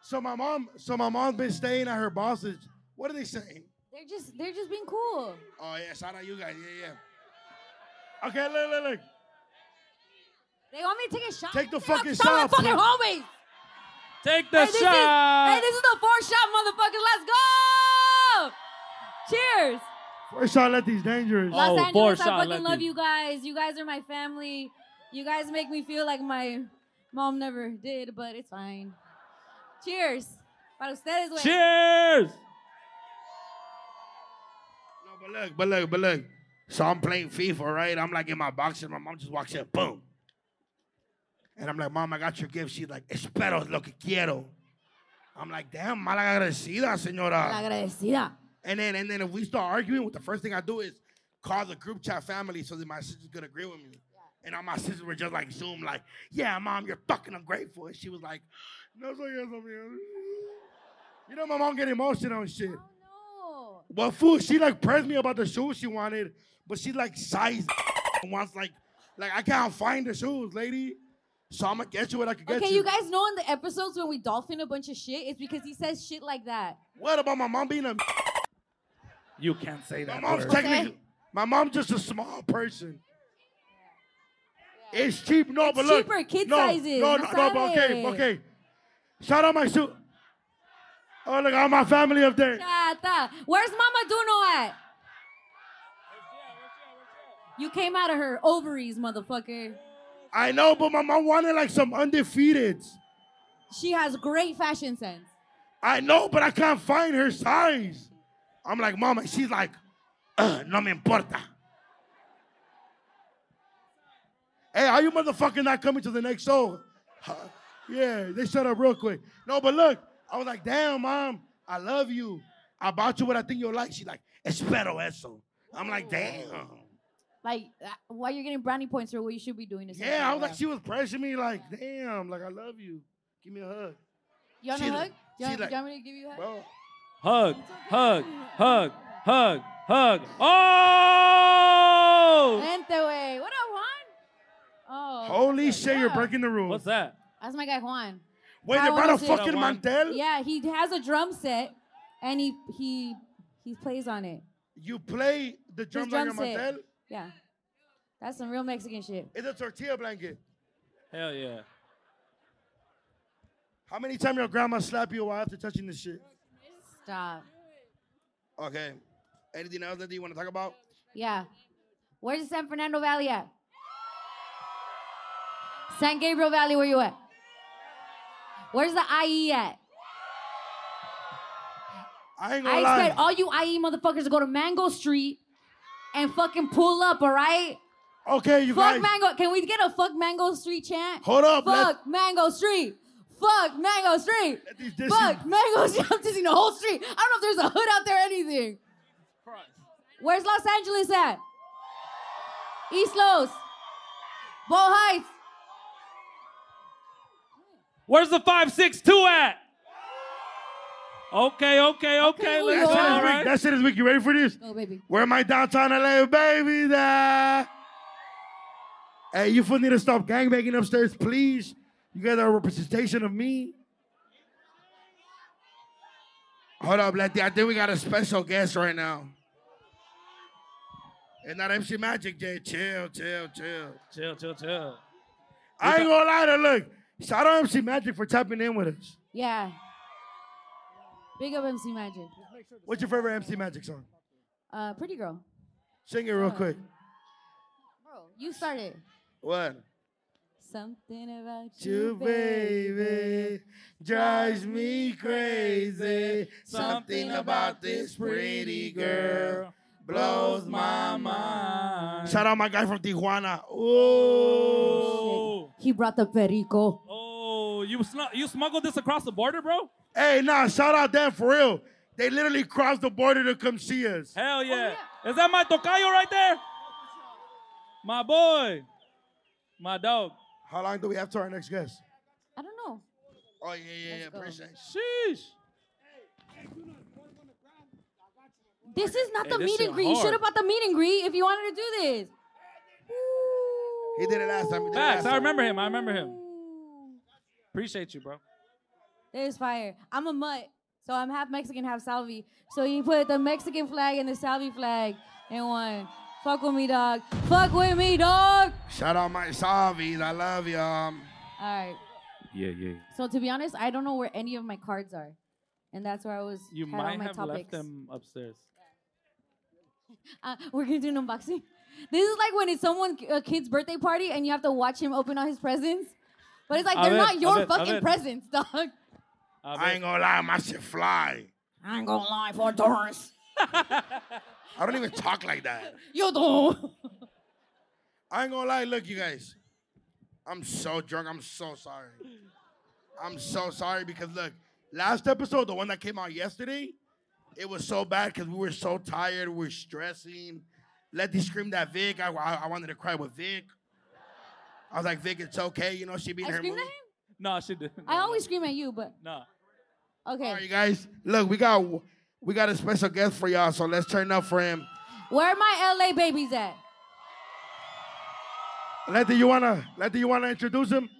So my mom, so my mom's been staying at her boss's. What are they saying?
They're just they're just being cool.
Oh yeah, shout out you guys. Yeah, yeah. Okay, look, look, look.
They want me to take a shot.
Take the
Look at
fucking
my- tell my
shot,
fucking
bro.
homies.
Take the
hey, this
shot.
Is, hey, this is the fourth shot, motherfuckers. Let's go. Cheers.
First shot, let these
Oh,
dangerous.
Los Angeles, I fucking love you guys. You guys are my family. You guys make me feel like my mom never did, but it's fine. Cheers. Para ustedes, güey.
Cheers.
But look, but look, but look. So I'm playing FIFA, right? I'm like in my boxes. My mom just walks in, boom. And I'm like, Mom, I got your gift. She's like, Espero es lo que quiero. I'm like, damn, mal agradecida, señora.
Mal agradecida.
And then, and then if we start arguing, what the first thing I do is call the group chat family so that my sisters could agree with me. And all my sisters were just like Zoom, like, yeah, mom, you're fucking ungrateful. And she was like, no soy eso, mija." You know, my mom get emotional and shit.
Oh,
Well, fool, she like pressed me about the shoes she wanted, but she like size wants like like I can't find the shoes, lady. So I'm gonna get you what I can get
Okay, you.
you.
guys know in the episodes when we dolphin a bunch of shit, it's because he says shit like that.
What about my mom being a?
You can't say
My
that.
mom's
word.
technically. My mom's just a small person. It's cheap, no, but look,
cheaper, kid
no,
sizes, no
No, no, no, but okay,
sabe.
okay. Shout out my shoe. Oh, look, all my family up there.
Chata. Where's Mama Duno at? You came out of her ovaries, motherfucker.
I know, but my mom wanted like some undefeated.
She has great fashion sense.
I know, but I can't find her size. I'm like, Mama, she's like, "Uh, no me importa. Hey, are you motherfucking not coming to the next show? Huh? Yeah, they shut up real quick. No, but look, I was like, damn, mom, I love you. I bought you what I think you'll like. She like, espero eso. I'm like, damn.
Like, uh, why you're getting brownie points for what you should be doing? Is
Yeah, I was like, she was pressuring me, like, damn, like, I love you. Give me a hug.
you want a
she
hug?
like-
you, want,
she like-
you want me to give you a hug?
Bro.
Hug, hug, hug, hug, hug. Oh!
Vente, wey. What up, Juan? Oh.
Holy shit, you're
yeah.
breaking the rules.
What's that?
That's my guy Juan.
Wait,
I
they
wanna
brought a
see-
fucking
Juan.
mantel?
Yeah, he has a drum set, and he he he plays on it.
You play the
His
drums on your
drum set.
mantel?
Yeah. That's some real Mexican shit.
It's a tortilla blanket.
Hell yeah.
How many times your grandma slap you while after touching this shit?
Stop.
Okay. Anything else that you want to talk about?
Yeah. Where's the San Fernando Valley at? San Gabriel Valley, where you at? Where's the IE at?
I ain't gonna
I
lie.
expect all you IE motherfuckers to go to Mango Street and fucking pull up, all right?
okay, you
Fuck
guys.
Mango. Can we get a fuck Mango Street chant?
Hold up, let-
Fuck Mango Street. Fuck Mango Street.
Let these Disney-
Fuck Mango Street. I'm dissing the whole street. I don't know if there's a hood out there or anything. Where's Los Angeles at? East Los. Bow Heights.
Where's the 562 at? Okay, okay, okay.
New
Let's
York.
go.
that, shit
All
is weak.
right.
that shit is weak. You ready for this?
Go, baby.
Where my downtown LA baby there? Hey, you fool need to stop gangbanging upstairs, please. You guys are a representation of me. Hold up, Letty. I think we got a special guest right now. It's not MC Magic, Jay. Chill, chill, chill.
Chill, chill, chill.
I ain't gonna lie to look. Shout out MC Magic for tapping in with us.
Yeah. Big up MC Magic.
What's your favorite MC Magic song?
Uh, pretty girl.
Sing it real quick.
Bro, you started.
What?
Something about
You,
you,
baby, drives me crazy. Something about this pretty girl blows my mind. Shout out my guy from Tijuana. Ooh.
He brought the perico.
Oh, you snu- you smuggled this across the border, bro?
Hey, nah, shout out them for real. They literally crossed the border to come see us.
Oh,
Hell yeah. Is that my tocayo right there? My boy. My dog.
How long do we have to our next guest?
I don't know.
Oh, yeah, yeah, yeah. Appreciate it.
Sheesh.
This is not
Hey,
the
this
meet
shit
and greet. You should
hard.
have bought the meet and greet if you wanted to do this.
He did it last time. He did it last
Facts. I
time.
remember him. I remember him. Appreciate you, bro.
There's fire. I'm a mutt, so I'm half Mexican, half Salvi. So you put the Mexican flag and the Salvi flag in one. Fuck with me, dog. Fuck with me, dog.
Shout out my Salvies. I love y'all.
All right.
Yeah, yeah.
So to be honest, I don't know where any of my cards are, and that's where I was.
You
had all
might
my
have
topics.
left them upstairs.
Uh, we're gonna do an unboxing. This is like when it's someone a kid's birthday party and you have to watch him open all his presents, but it's like
A
they're
ver,
not
a
your
ver, a
fucking
ver.
presents, dog.
I ain't gonna lie, my shit fly.
I ain't gonna lie for Taurus.
I don't even talk like that.
You do.
I ain't gonna lie. Look, you guys, I'm so drunk. I'm so sorry. I'm so sorry because look, last episode, the one that came out yesterday, it was so bad because we were so tired. We were stressing. Letty screamed at Vic. I, I, I wanted to cry with Vic. I was like, Vic, it's okay. You know, she be in
I
her
screamed
mood.
at him.
No, she didn't.
I always scream at you, but
No.
okay.
You guys, look, we got we got a special guest for y'all, so let's turn up for him.
Where are my LA babies at?
Letty, you wanna Letty, you wanna introduce him?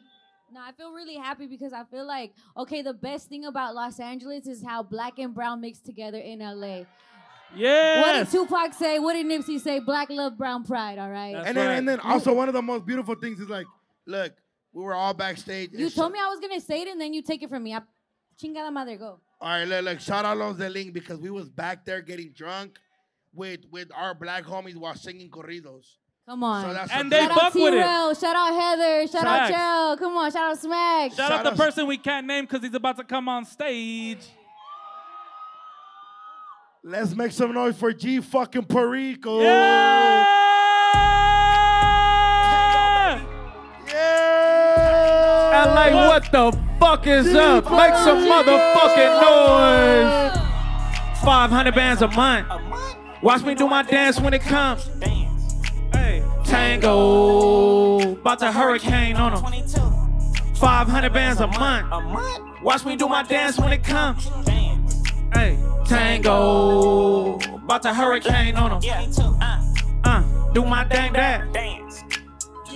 No, I feel really happy because I feel like okay, the best thing about Los Angeles is how black and brown mix together in LA. What did
Yes.
Tupac say? What did Nipsey say? Black love, brown pride. All right.
and then and then also one of the most beautiful things is like, look, we were all backstage.
You told me I was gonna say it, and then you take it from me. I, chingada madre, go.
All right, look, look, shout out Los Del Ling because we was back there getting drunk with with our black homies while singing corridos.
Come on.
So that's what-
And they
shout out
fuck with it.
T-Rel, Shout out Heather. Shout out
Facts.
Chell. Come on. Shout out Smack.
Shout out the person we can't name because he's about to come on stage.
Let's make some noise for G fucking Perico.
And like, what the fuck is up? Make some motherfucking noise. 500 bands a month. Watch me do my dance when it comes. Hey, Tango, about to hurricane on them. 500 bands a month. Watch me do my dance when it comes. Hey, Tango, about to hurricane on them. Uh, do my dang dad. Dance.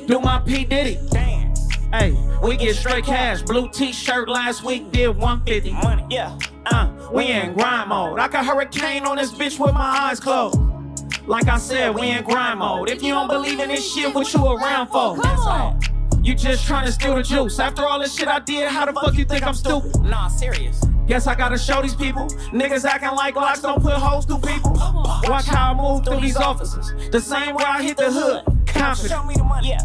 Do my P Diddy. Dance. Hey, we get straight cash. Blue T-shirt last week did 150. Money, yeah. Uh, we in grind mode. Like a hurricane on this bitch with my eyes closed. Like I said, we in grind mode. If you don't believe in this shit, what you around for? Come on. You just trying to steal the juice. After all this shit I did, how the fuck you think I'm stupid? Nah, serious. Guess I gotta show these people. Niggas acting like locks don't put holes through people. Watch how I move through these offices. The same way I hit the hood. Confident. Show me the money. Yeah.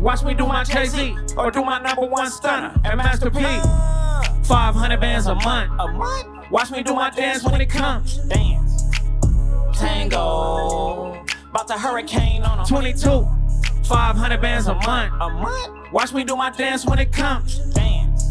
Watch me do my Jay Z or do my number one stunner and Master P. 500 bands a month. A month. Watch me do my dance when it comes. Dance. Tango. About to hurricane on 'em. 22. 500 bands a month. A month. Watch me do my dance when it comes. Dance.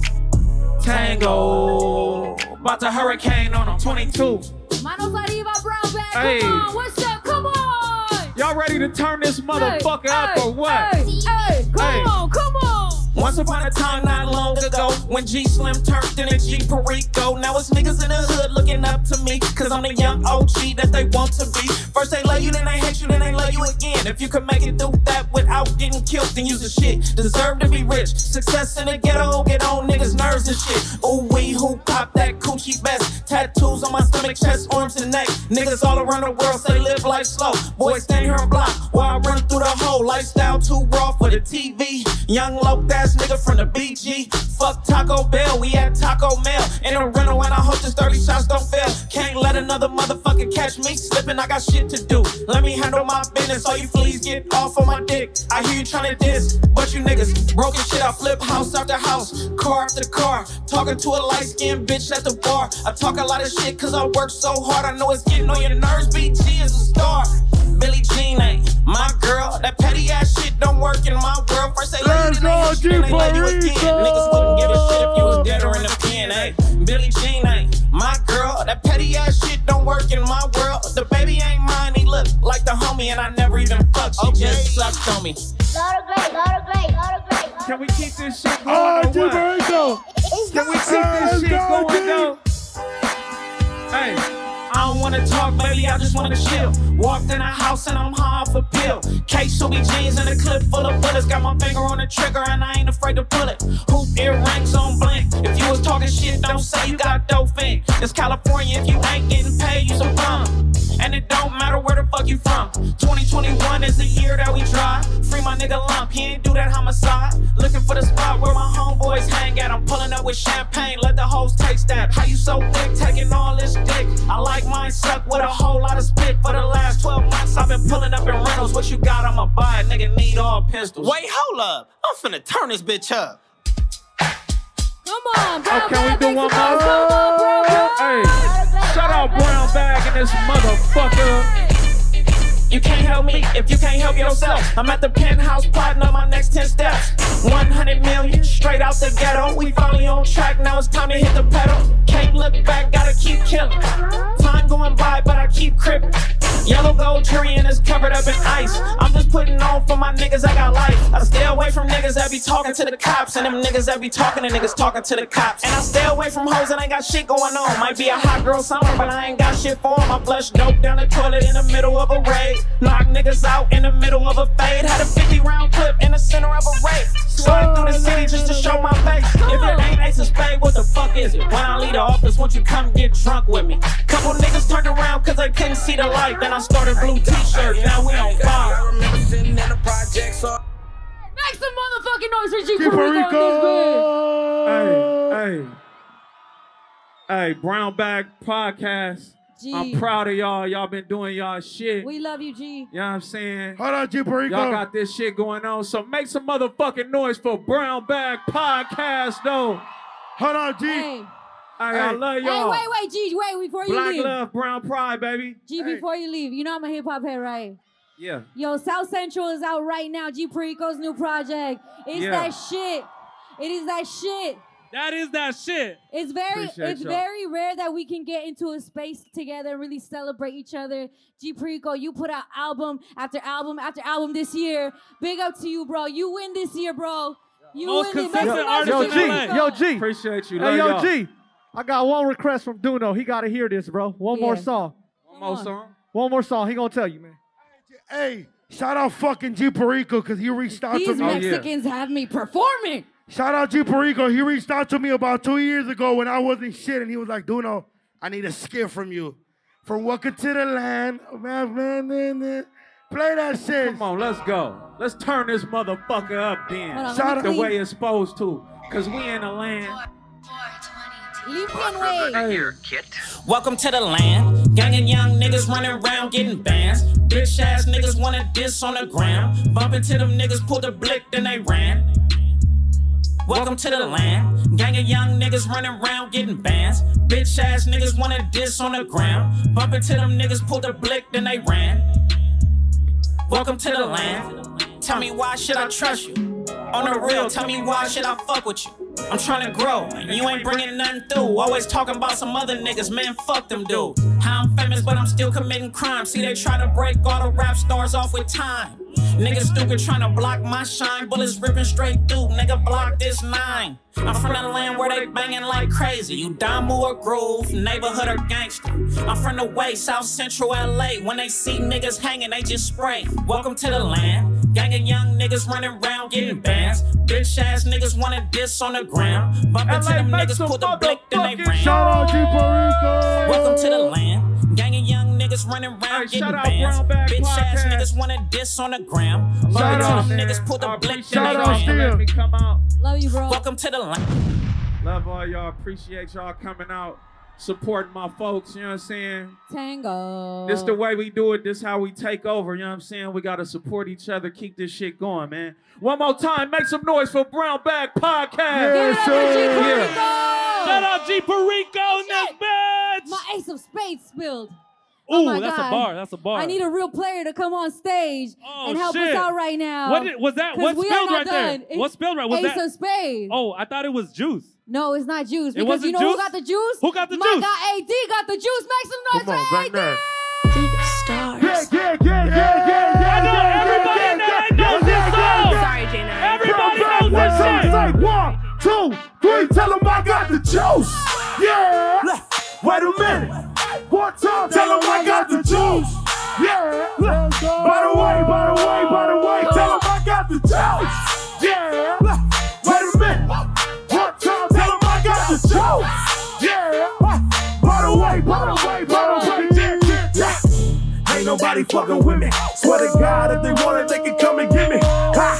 Tango. About to hurricane on 'em. 22.
Manos arriba, brown bag.
Hey.
Come on. What's up? Come on.
Y'all ready to turn this motherfucker
Hey,
up or what?
Hey, hey, come
Hey.
on. Come on.
Once upon a time, not long ago, when G Slim turned into G Perico. Now it's niggas in the hood looking up to me, cause I'm the young OG that they want to be. First they love you, then they hate you, then they love you again. If you can make it through that without getting killed, then you the shit. Deserve to be rich. Success in the ghetto, get on niggas' nerves and shit. Ooh, we who pop that coochie best. Tattoos on my stomach, chest, arms, and neck. Niggas all around the world say live life slow. Boys stay here and block while I run through the whole lifestyle too raw for the TV. Young low ass nigga from the BG. Fuck Taco Bell, we at Taco Mail. In a rental, and I hope this 30 shots don't fail. Can't let another motherfucker catch me slipping. I got shit to do. Let me handle my business. All you fleas get off on my dick. I hear you tryna diss, but you niggas broken shit. I flip house after house, car after car. Talking to a light skinned bitch at the bar. I talk a lot of shit cause I work so hard. I know it's getting on your nerves. BG is a star. Billie Jean ain't my girl. That petty ass shit don't work in my world. First they let you, then they hate you, then they love you again. Niggas wouldn't give a shit if you was dead or in the pen. Hey, Billie Jean ain't my girl. That petty ass shit don't work in my world. The baby ain't mine. He look like the homie, and I never even fucked. She just sucked on me. Can we keep this shit going?
Oh,
or
G
what?
Perico.
Can we keep
Ah, let's
this shit
go,
going
G.
though? Hey, I don't wanna talk, baby, I just wanna chill. Walked in a house and I'm high off a pill. Case will be jeans and a clip full of bullets. Got my finger on the trigger and I ain't afraid to pull it. Hoop earrings on blank. If you was talking shit, don't say you got dope in. It's California, if you ain't getting paid, you some bum. And it don't matter where the fuck you from. 2021 is the year that we drive. Free my nigga lump, he ain't do that homicide. Looking for the spot where my homeboys hang at. I'm pulling up with champagne, let the hoes taste that. How you so thick, taking all this dick? I like mine suck with a whole lot of spit. For the last 12 months, I've been pulling up in rentals. What you got, I'ma buy it. Nigga need all pistols. Wait, hold up. I'm finna turn this bitch up.
Come on, bro.
Oh, can we do one more? Hey, shout out Brown Bag and this motherfucker. You can't help me if you can't help yourself. I'm at the penthouse plotting on my next 10 steps. 100 million straight out the ghetto. We finally on track, now it's time to hit the pedal. Can't look back, gotta keep killing. Time going by, but I keep crippin'. Yellow gold Tyrion is covered up in ice. I'm just putting on for my niggas, I got life. I stay away from niggas that be talking to the cops, and them niggas that be talking to niggas talking to the cops. And I stay away from hoes that ain't got shit going on. Might be a hot girl summer, but I ain't got shit for 'em. I flush dope down the toilet in the middle of a raid. Knock niggas out in the middle of a fade. Had a 50 round clip in the center of a rape. Slide through the city just to show my face. If it ain't Ace of Spade, what the fuck is it? When I leave the office, won't you come get drunk with me? Couple niggas turned around cause they couldn't see the light. Then I started blue t shirt, now we on fire.
Make some motherfucking noise for G
Puerto
Perico. in this
Hey, hey. Hey, Brown Bag Podcast.
Gee.
I'm proud of y'all. Y'all been doing y'all shit.
bitch. We love you, G.
you know what I'm saying?
Hold on, G Perico.
Y'all got this shit going on, so make some motherfucking noise for Brown Bag Podcast, though.
Hold on, G.
Hey.
I love y'all.
Hey, wait, wait, G, wait before you
Black
leave.
love, brown pride, baby.
G, before you leave, you know I'm a hip hop head, right?
Yeah.
Yo, South Central is out right now. G Perico's new project. It's
Yeah.
that shit. It is that shit.
That is that shit.
It's very
Appreciate
it's
y'all.
very rare that we can get into a space together and really celebrate each other. G Perico, you put out album after album after album this year. Big up to you, bro. You win this year, bro. You
Most
win it.
consistent
Make some noise
artist
for
Yo,
G
G,
Perico.
yo, G.
Appreciate you.
Hey,
Love
yo,
y'all.
G. I got one request from Duno. He got to hear this, bro. One more
Yeah.
song.
One more song.
One more song. He gonna tell you, man.
Hey, shout out fucking G Perico because he reached out to
These
me.
Mexicans have me performing.
Shout out G Perico. He reached out to me about two years ago when I wasn't shit, and he was like, "Duno, I need a skit from you, from Welcome to the Land." Oh, Man, man, man, man. Play that shit.
Come on, let's go. Let's turn this motherfucker up then.
Hold on, let
Shout
me
out the
clean.
way it's supposed to. Cause we in a land. Welcome to the land. Gang and young niggas running around getting bands. Bitch ass niggas wanna diss on the ground. Bump into them niggas, pulled the blick, then they ran. Welcome to the land. Gang of young niggas running around getting bands. Bitch ass niggas wanna diss on the ground. Bump into them niggas, pulled the blick, then they ran. Welcome to the land. Tell me why should I trust you? On the real, tell me why should I fuck with you? I'm trying to grow, and you ain't bringing nothing through. Always talking about some other niggas, man, fuck them dudes.
I'm famous, but I'm still committing crime. See, they try to break all the rap stars off with time. Niggas stupid trying to block my shine. Bullets ripping straight through. Nigga, block this nine. I'm from the land where they banging like crazy. You dime or groove, neighborhood or gangster. I'm from the way, South Central LA. When they see niggas hanging, they just spray. Welcome to the land. Gang of young niggas running around getting bands. Bitch ass niggas wanna diss on the ground. Bump into them niggas, put the blick, then they ran.
Shout out to Puerto Rico.
Welcome to the land. Gang of young niggas running around getting
shout out
bands.
Brown Bag
Bitch ass
Podcast.
niggas wanna diss on the ground. Bump
Shout
into
out
them
Sam.
niggas, put the blick, then
Shout
they
out
ran.
Sam. Come out.
Love you, bro. Welcome to the land.
Love all y'all. Appreciate y'all coming out, supporting my folks. You know what I'm saying?
Tango.
This the way we do it. This how we take over. You know what I'm saying? We gotta support each other. Keep this shit going, man. One more time, make some noise for Brown Bag Podcast.
Yes, Give it up for G sir. Perico.
Shout out G Perico in this bitch.
My ace of spades spilled.
Ooh,
oh my
that's a
God.
bar, that's a bar.
I need a real player to come on stage
Oh,
and help us
shit.
out right now.
What did- was that?
'Cause
What
we are
spilled
not
right there?
done. It's
What spilled right- was
ace
that-
of spades.
Oh, I thought it was juice.
No, it's not juice.
It
Because you
wasn't
know who
juice?
got the juice?
Who got the
My
juice?
guy AD got the juice. Make some noise for AD.
Yeah, yeah, yeah, yeah, yeah, yeah. I know everybody in LA knows this song. Sorry, Gina. Everybody knows this shit. Like one, two, three. Tell them I got the juice. Yeah. Wait a minute. One time. Tell them I got the juice. Yeah. By the way, by the way, by the way. Tell them I got the juice. Yeah. Wait a minute. One time. Tell them I got the juice. Yeah. By the way, by the way, by the way. Yeah, yeah, yeah. Ain't nobody fucking with me. Swear to God, if they want it, they can come and get me. Ha!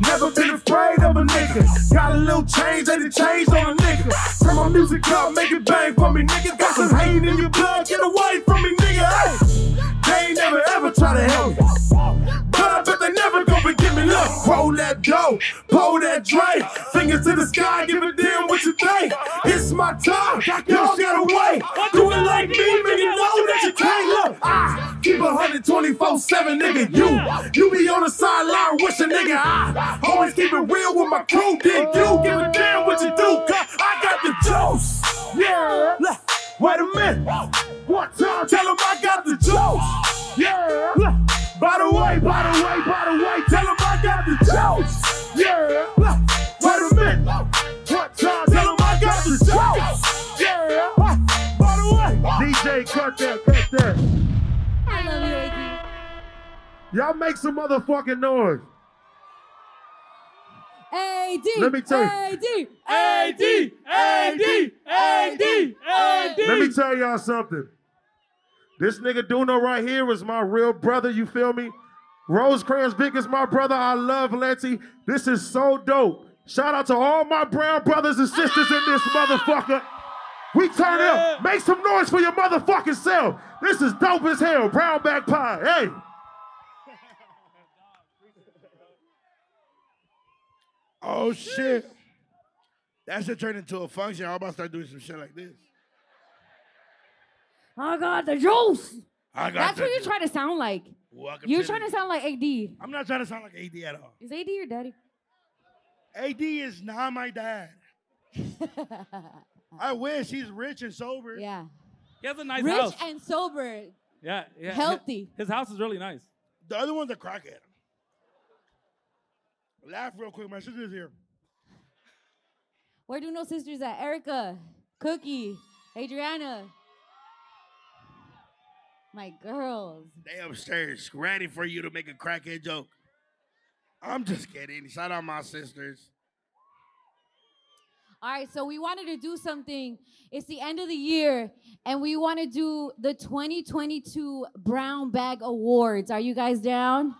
Never been afraid of a nigga. Got a little change, they done changed on a nigga. Turn my music up, make it bang for me, nigga. Got some hate in your blood, get away from me, nigga. Hey! They ain't never ever try to help me. But I bet they never gonna forgive me. Look, roll that dough, pull that Dre. Fingers to the sky, give a damn what you think. It's my time, y'all gotta wait. Do it like me, nigga, know that you can't. Look, I keep 124 7, nigga. You, you be on the sideline wishing, nigga. I always keep it real with my crew, Did You give a damn what you do, cause I got the juice. Yeah, wait a minute. One time, tell them I got the juice. Yeah. By the way, by the way, by the way, tell them I got the juice. Yeah. Wait a minute. What time? Tell them I got the juice. Yeah. By the way. DJ, cut that, cut that.
I love you, AD.
Y'all make some motherfucking noise.
AD.
Let me tell you.
AD.
AD, AD, AD,
AD.
Let me tell y'all something. This nigga Duno right here is my real brother, you feel me? Rosecrans Vic is my brother. I love Letty. This is so dope. Shout out to all my brown brothers and sisters in this motherfucker. We turn up. Make some noise for your motherfucking self. This is dope as hell. Brown back pie. Hey.
Oh shit. That should turn into a function. I'm about to start doing some shit like this.
I got the juice.
I got
That's
the
what you're
juice.
trying to sound like.
Welcome
You're
to
trying
the-
to sound like AD. Is
I'm not trying to sound like AD at all.
AD your daddy?
AD is not my dad. I wish he's rich and sober.
Yeah.
He has a nice
Rich
house.
and sober.
yeah, yeah.
healthy.
His house is really nice.
The other one's a crackhead. Laugh real quick. My sister's here.
Where do no sisters at? Erica, Cookie, Adriana. My girls.
They upstairs ready for you to make a crackhead joke. I'm just kidding. Shout out my sisters.
All right, so we wanted to do something. It's the end of the year, and we want to do the 2022 Brown Bag Awards. Are you guys down?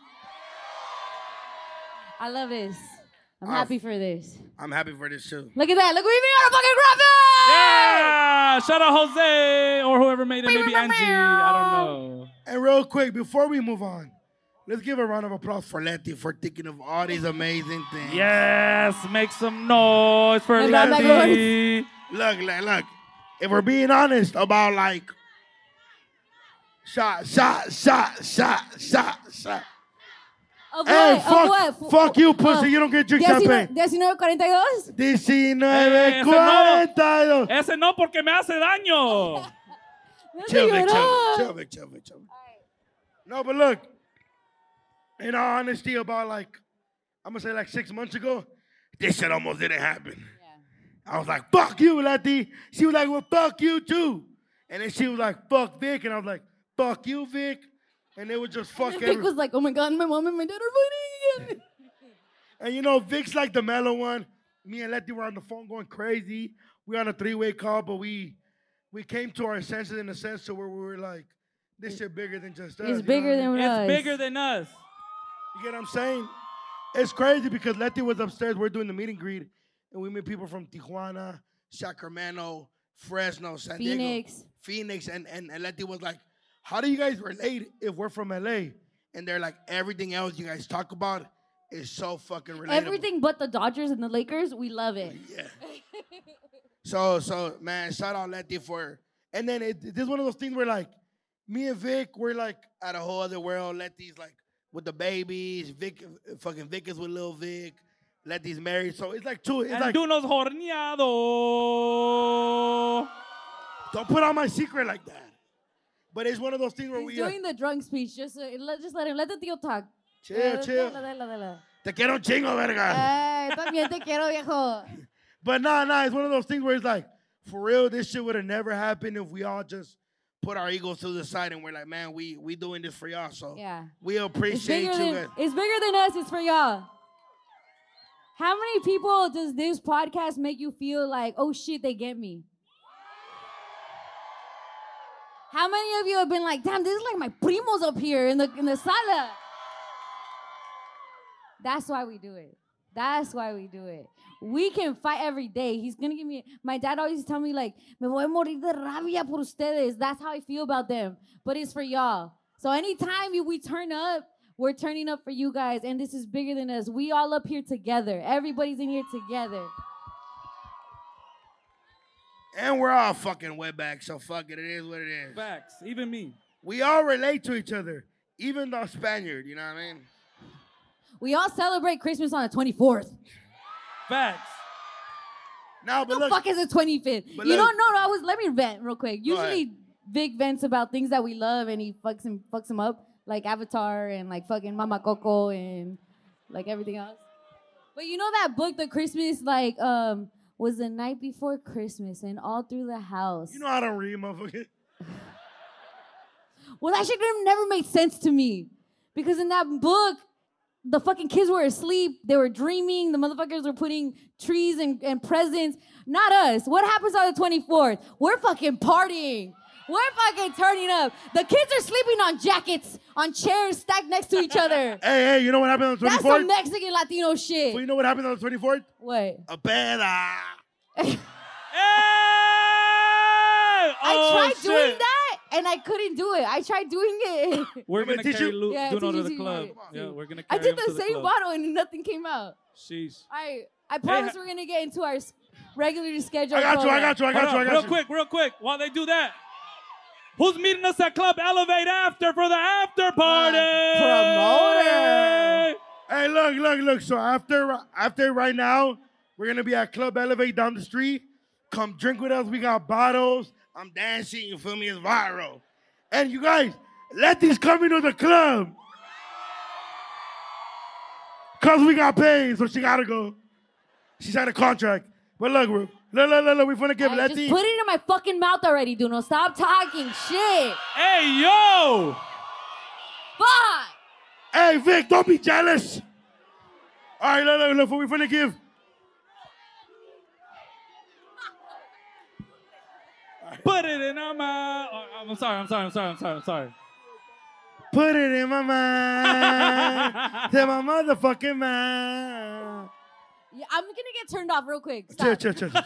I love this. I'm
I've-
happy for this.
I'm happy for this too.
Look at that. Look, we even got a fucking graphic.
Yeah! Shout out Jose or whoever made it. Maybe Angie. I don't know.
And real quick, before we move on, let's give a round of applause for Letty for thinking of all these amazing things.
Yes, make some noise for Letty.
Look, look, look. If we're being honest about like shot, shot, shot, shot, shot, shot.
Of
Hey,
what?
fuck-
of what? Oh.
fuck you, pussy. You don't get to drink champagne.
1942.
19,
Eh, ese no.
42.
Ese no porque me hace daño.
Chill,
nigga
Vic,
it
chill,
up.
chill, Vic, chill, Vic, chill. Vic. No, but look, in all honesty, about like, I'm gonna say like six months ago, this shit almost didn't happen. I was like, fuck you, Letty. She was like, well, fuck you too. And then she was like, fuck Vic. And I was like, fuck you, Vic. And they were just fuck
Vic
every-
was like, oh my god, my mom and my dad are fighting again.
And you know, Vic's like the mellow one. Me and Letty were on the phone going crazy. We on a three-way call, but we we came to our senses in a sense to where we were like, this shit bigger than just us. you know what I mean?
It's bigger than us.
You get what I'm saying? It's crazy because Letty was upstairs. We're doing the meet and greet, and we meet people from Tijuana, Sacramento, Fresno, San
Phoenix.
Diego, Phoenix, and and, and Letty was like, "How do you guys relate if we're from LA?" And they're like, "Everything else you guys talk about is so fucking relatable."
Everything but the Dodgers and the Lakers, we love it.
Yeah. So so man, shout out Letty for. And then it, this is one of those things where like me and Vic, we're like at a whole other world. Letty's like with the babies. Vic, fucking Vic is with Lil Vic. Letty's married, so it's like two. It's
And
like
Duno's horneado.
Don't put out my secret like that. But it's one of those things where
He's
we.
doing the drunk speech. Just, uh, let, just let him. Let the tío talk. Eh,
Chill, chill. Te quiero un chingo, verga.
Ay, Eh, también te quiero, viejo.
But nah, nah, it's one of those things where it's like, for real, this shit would have never happened if we all just put our egos to the side and we're like, man, we we doing this for y'all, so
Yeah.
we
It's
appreciate
bigger, than,
you guys.
it's bigger than us. It's for y'all. How many people does this podcast make you feel like, oh shit, they get me? How many of you have been like, damn, this is like my primos up here in the in the sala? That's why we do it. That's why we do it. We can fight every day. He's gonna give me. My dad always used to tell me like, "Me voy a morir de rabia por ustedes." That's how I feel about them. But it's for y'all. So anytime you, we turn up, we're turning up for you guys, and this is bigger than us. We all up here together. Everybody's in here together.
And we're all fucking wetbacks, so fuck it. It is what it is.
Facts, even me.
We all relate to each other, even the Spaniard, you know what I mean?
We all celebrate Christmas on the 24th.
Facts.
Now, but
the
look,
fuck is the 25th? You
But look-
don't know. I was let me vent real quick.
Go ahead.
Usually, Vic vents about things that we love, and he fucks him fucks him up, like Avatar and like fucking Mama Coco and like everything else. But you know that book, The Christmas, like um, was the night before Christmas, and all through the house.
you know how to read, motherfucker.
Well, that shit didn't- never made sense to me. Because in that book, the fucking kids were asleep. They were dreaming. The motherfuckers were putting trees and, and presents. Not us. What happens on the 24th? We're fucking partying. We're fucking turning up. The kids are sleeping on jackets, on chairs stacked next to each other.
Hey, hey, you know what happened on the 24th?
That's some Mexican Latino shit.
you know what happened on the 24th?
What?
A peda.
I
Oh,
tried doing
shit.
that and I couldn't do it. I tried doing it.
We're gonna
did
carry
you-
Lu-
Yeah, did
Duno to
you
the
see-
club.
yeah,
Yeah, we're gonna.
I
Carry
did
him to
the same
club.
bottle and nothing came out.
Sheesh.
I I promise
ha-
we're gonna get into our s- regular schedule.
I got you, I
program.
got you, I got you, I got you. Real quick, real quick, while they do that. Who's meeting us at Club Elevate after for the after party?
Promoter. Hey, look, look, look. So after after right now, we're gonna be at Club Elevate down the street. Come drink with us. We got bottles. I'm dancing. You feel me? It's viral. And you guys, let these come into the club. Cause we got paid, so she gotta go. She signed a contract. But look, bro. Look, look, look, look. We're gonna give
I
Letty.
just put it in my fucking mouth already, Duno. Stop talking shit.
Hey, yo.
Fuck.
Hey, Vic, don't be jealous. All right, look, look, look. What we finna give?
Put it in our mouth. Oh, I'm sorry, I'm sorry, I'm sorry, I'm sorry, I'm sorry.
Put it in my mind. to my motherfucking mind.
Yeah, I'm gonna get turned off real quick.
Chill,
Stop.
chill, chill. chill.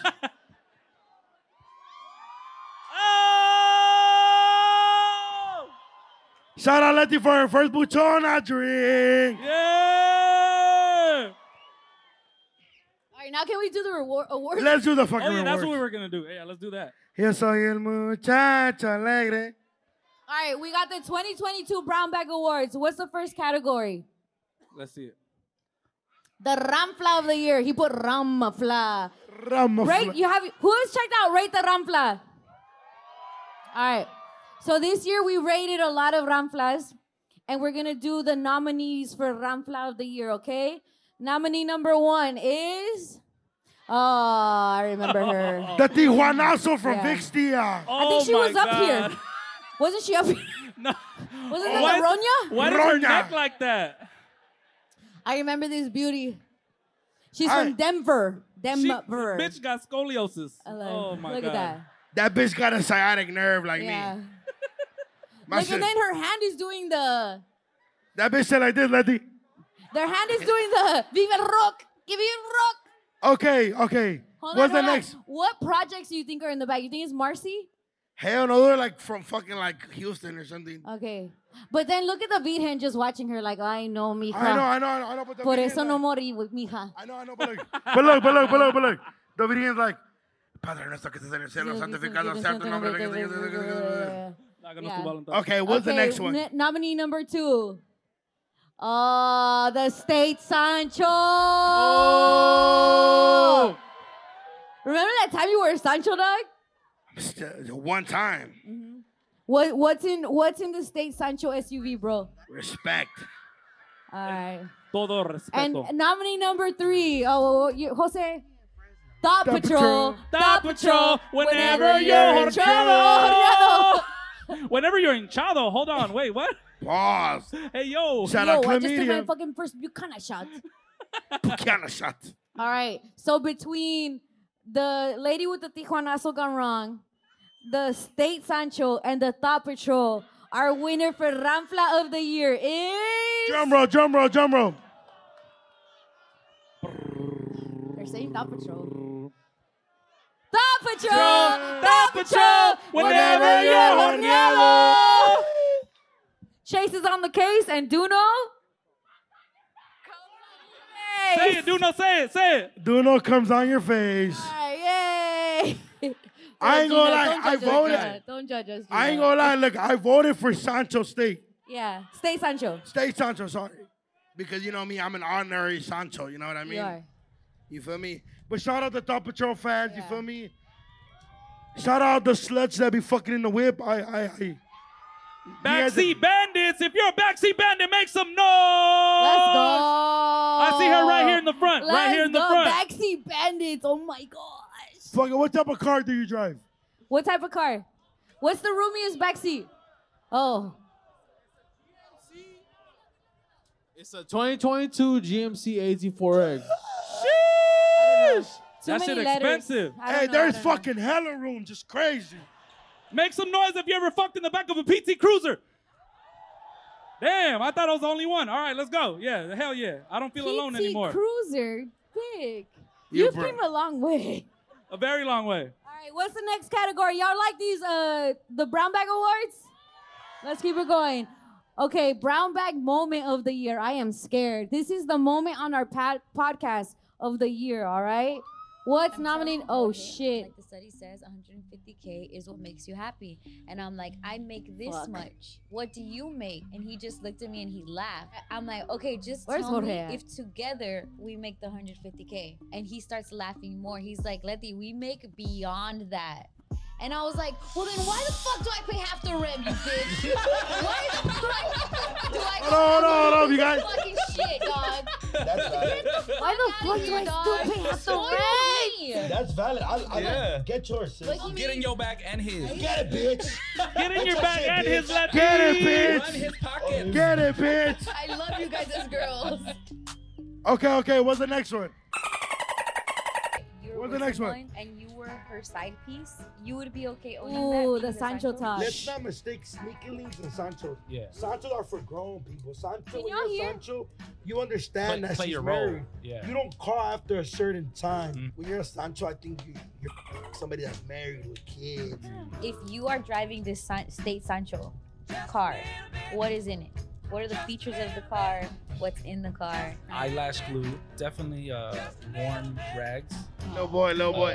Shout out Letty for her first buchona drink.
Yeah.
All right, now can we do the reward award?
Let's do the fucking
Oh, yeah, that's
rewards.
what we were gonna do. Yeah, let's do that.
Yo soy el muchacho alegre.
All right, we got the 2022 Brown Bag Awards. What's the first category?
Let's see it.
The Ramfla of the year. He put Ramfla.
Ramfla.
Right? You have who has checked out? Rate the Ramfla. All right. So this year we rated a lot of Ramflas, and we're gonna do the nominees for Ramfla of the year. Okay, nominee number one is. Oh, I remember her.
The Tijuanazo from
Yeah.
Vixtia.
I
Oh,
think she was up here. Wasn't she up here? no. Wasn't that
Why is-
Ronya?
Why is her neck like that?
I remember this beauty. She's
I-
from Denver.
She,
Denver.
bitch got scoliosis.
Hello.
Oh my
Look
god.
at that.
That bitch got a sciatic nerve like
yeah.
me. My
Like,
shit-
and then her hand is doing the.
That bitch said like this, Letty.
Their hand is doing the. Viva el rock. Give me el rock.
Okay, okay.
Hold
What's
on,
the
hold on.
next?
What projects do you think are in the back? You think it's Marcy?
Hell no, they're like from fucking like Houston or something.
Okay. But then look at the Virgen just watching her like, I know, mija.
I know, I know, I know, I know, but the
Por
Virgen,
eso no morí, mija.
I know, I know, but But look, but look, but look, but look. The Virgen's like, Padre nuestro que estás en el cielo, santificado sea tu nombre. Okay, what's the
Okay,
next one?
n- nominee number two. Uh, the state Sancho. Oh! Remember that time you were Sancho dog?
St- One time.
What what's in what's in the state Sancho SUV, bro?
Respect.
All right.
Todo
And
respeto.
nominee number three. Oh, you, Jose. Thought
Thought
Patrol.
Patrol. Thought Patrol. Whenever you're in
horchado.
Whenever you're in Chado, hold on, wait, what?
Pause.
Hey yo.
Yo, I just took my fucking first Bucana shot.
Bucana shot.
All right. So between the lady with the Tijuanazo gone wrong, the state Sancho, and the Thought Patrol, our winner for Ramfla of the year is.
Drum roll, drum roll, drum roll.
They're saying Thought Patrol. Thought Patrol!
Thought Patrol! Whenever you're horneado!
Chase is on the case, and Duno.
Say it, do no say it, say it.
Duno comes on your face.
Yay!
I ain't gonna
Duno,
lie,
don't
I
judge us,
voted.
Duno. Don't judge us.
I ain't
Duno.
gonna lie, look, I voted for Sancho State.
Yeah, stay Sancho.
Stay Sancho, sorry. Because you know me, I'm an honorary Sancho, you know what I mean?
are.
You feel me? But shout out the Thought Patrol fans, you feel me? Shout out the sluts that be fucking in the whip. I I I
Backseat bandits. If you're a backseat bandit, make some noise. Let's go. I see her right here in the front. right here in the
Let's go,
front.
Backseat bandits. Oh my god.
fucking what type of car do you drive?
What type of car? What's the roomiest backseat? Oh,
It's a 2022 GMC AT4X.
Too That many shit letters. expensive. I don't
Hey,
know,
there's
I don't know.
fucking hella room, just crazy.
Make some noise if you ever fucked in the back of a PT Cruiser. Damn, I thought I was the only one. All right, let's go. Yeah, hell yeah. I don't feel alone
PT
anymore.
Cruiser, big.
You
You
bro-
came a long way.
a very long way.
All right, what's the next category? Y'all like these uh the brown bag awards? Let's keep it going. Okay, brown bag moment of the year. I am scared. This is the moment on our pad- podcast of the year. All right, what's nominated? Oh shit!
Like the study says, 150k is what makes you happy. And I'm like, I make this
Fuck.
much. What do you make? And he just looked at me and he laughed. I'm like, okay, just
Where's
tell me
Jorge at?
if together we make the 150k. And he starts laughing more. He's like, Letty, we make beyond that. And I was like, well then why the fuck do I pay half the rent, you bitch? why the fuck do I
Hold on, hold on, hold on, you guys.
fucking shit, dog?
Why the fuck do I still pay half the rent?
That's valid. I, I
Yeah.
like, get yours, sis.
But he Get in your back and his.
Get it, bitch.
Get in
That's
your
what I
back
said,
and
bitch.
his left.
Get it,
knee.
bitch.
Run his
pocket.
Get it, bitch.
I love you guys as girls.
Okay, okay, what's the next one?
you
What's the next one?
And you were her side piece. You would be okay owning that.
Ooh, the
being
Sancho touch.
Let's not mistake sneakelings and Sancho. Yeah. Sancho are for grown people. Sancho, when
y'all
you're
hear?
Sancho, you understand
Play-
that
play
she's
your role.
married.
Yeah. Mm-hmm.
You don't call after a certain time. When you're a Sancho, I think you, you're somebody that's married with kids.
If you are driving this San- state Sancho car, what is in it? What are the features of the car? What's in the car?
Eyelash glue. Definitely uh, warm rags.
Little boy, little boy.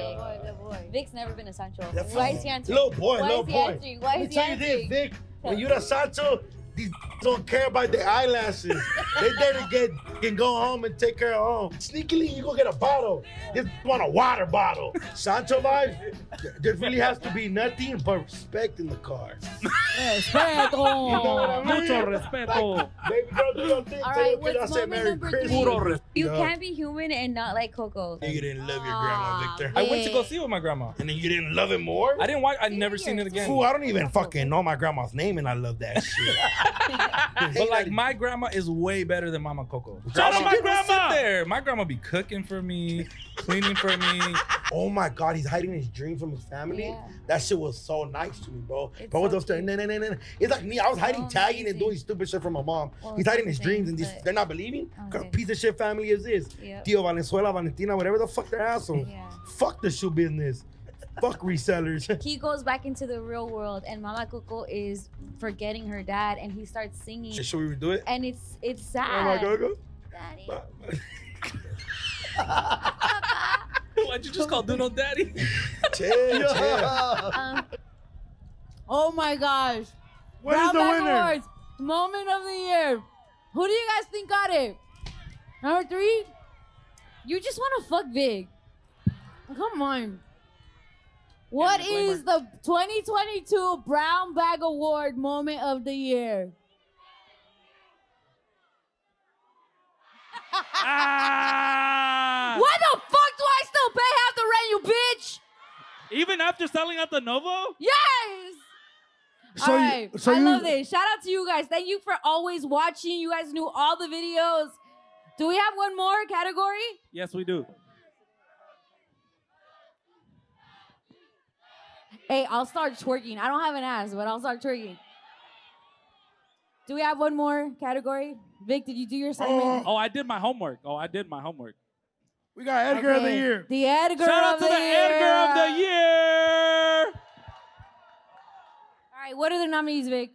Vic's never been a Sancho.
That's
Why
fine.
is he answering?
Little boy,
Why
little
is he
boy.
answering? Why
Let me
is he
tell you this,
answering?
Vic. When you're a Sancho,
These don't care about their eyelashes. they there to get can go home and take care of home. Sneakily, you go get a bottle. Just want a water bottle. Sancho vibes. there- There really has to be nothing but respect in the car.
Respeto.
You know what I mean?
Mucho
Like, baby girl, do your thing.
All
Tell
right,
your kid I
what's moment
said Merry
number three?
Christmas.
You
Yeah.
can't be human and not like Coco.
You didn't love your grandma, Victor.
I went to go see it with my grandma.
And then you didn't love it more?
I didn't watch. I never seen it again.
Fool, I don't even fucking know my grandma's name, and I love that shit.
But like my grandma is way better than Mama Coco.
Shout out my
grandma. There, my grandma be cooking for me, cleaning for me.
Oh my God, he's hiding his dream from his family. That shit was so nice to me, bro. bro, what's upstairs? Nah, nah, nah, nah. nah. It's like me. I was hiding, tagging, and doing stupid shit from my mom.
Oh, Well,
he's
it's
hiding his
something,
dreams, and these,
but-
they're not believing. What
Okay.
piece of shit family is this?
Yep.
Tio Valenzuela, Valentina, whatever the fuck they're assholes. Fuck the shoe business. fuck resellers.
Ah. He goes back into the real world, and Mama Coco is forgetting her dad, and he starts singing.
Should we redo it?
And it's it's
Oh my
sad.
God, go.
Why'd you just call Duno Daddy?
Chill,
Um, oh my gosh.
What is the
Brownback
winner?
Awards, moment of the year. Who do you guys think got it? Number three? You just want to fuck big. Come on. What is the 2022 Brown Bag Award moment of the year?
Ah!
Why the fuck do I still pay half the rent, you bitch?
Even after selling out the Novo?
Yes!
So
all
you-
right.
so
I
you-
love this. Shout out to you guys. Thank you for always watching. You guys knew all the videos. Do we have one more category?
Yes, we do.
Hey, I'll start twerking. I don't have an ass, but I'll start twerking. Do we have one more category? Vic, did you do your assignment?
Oh, I did my homework. Oh, I did my homework.
We
got
Edgar of the Year.
The Edgar of
Shout out to
the,
the
year.
Edgar of the Year.
All right, what are the nominees, Vic?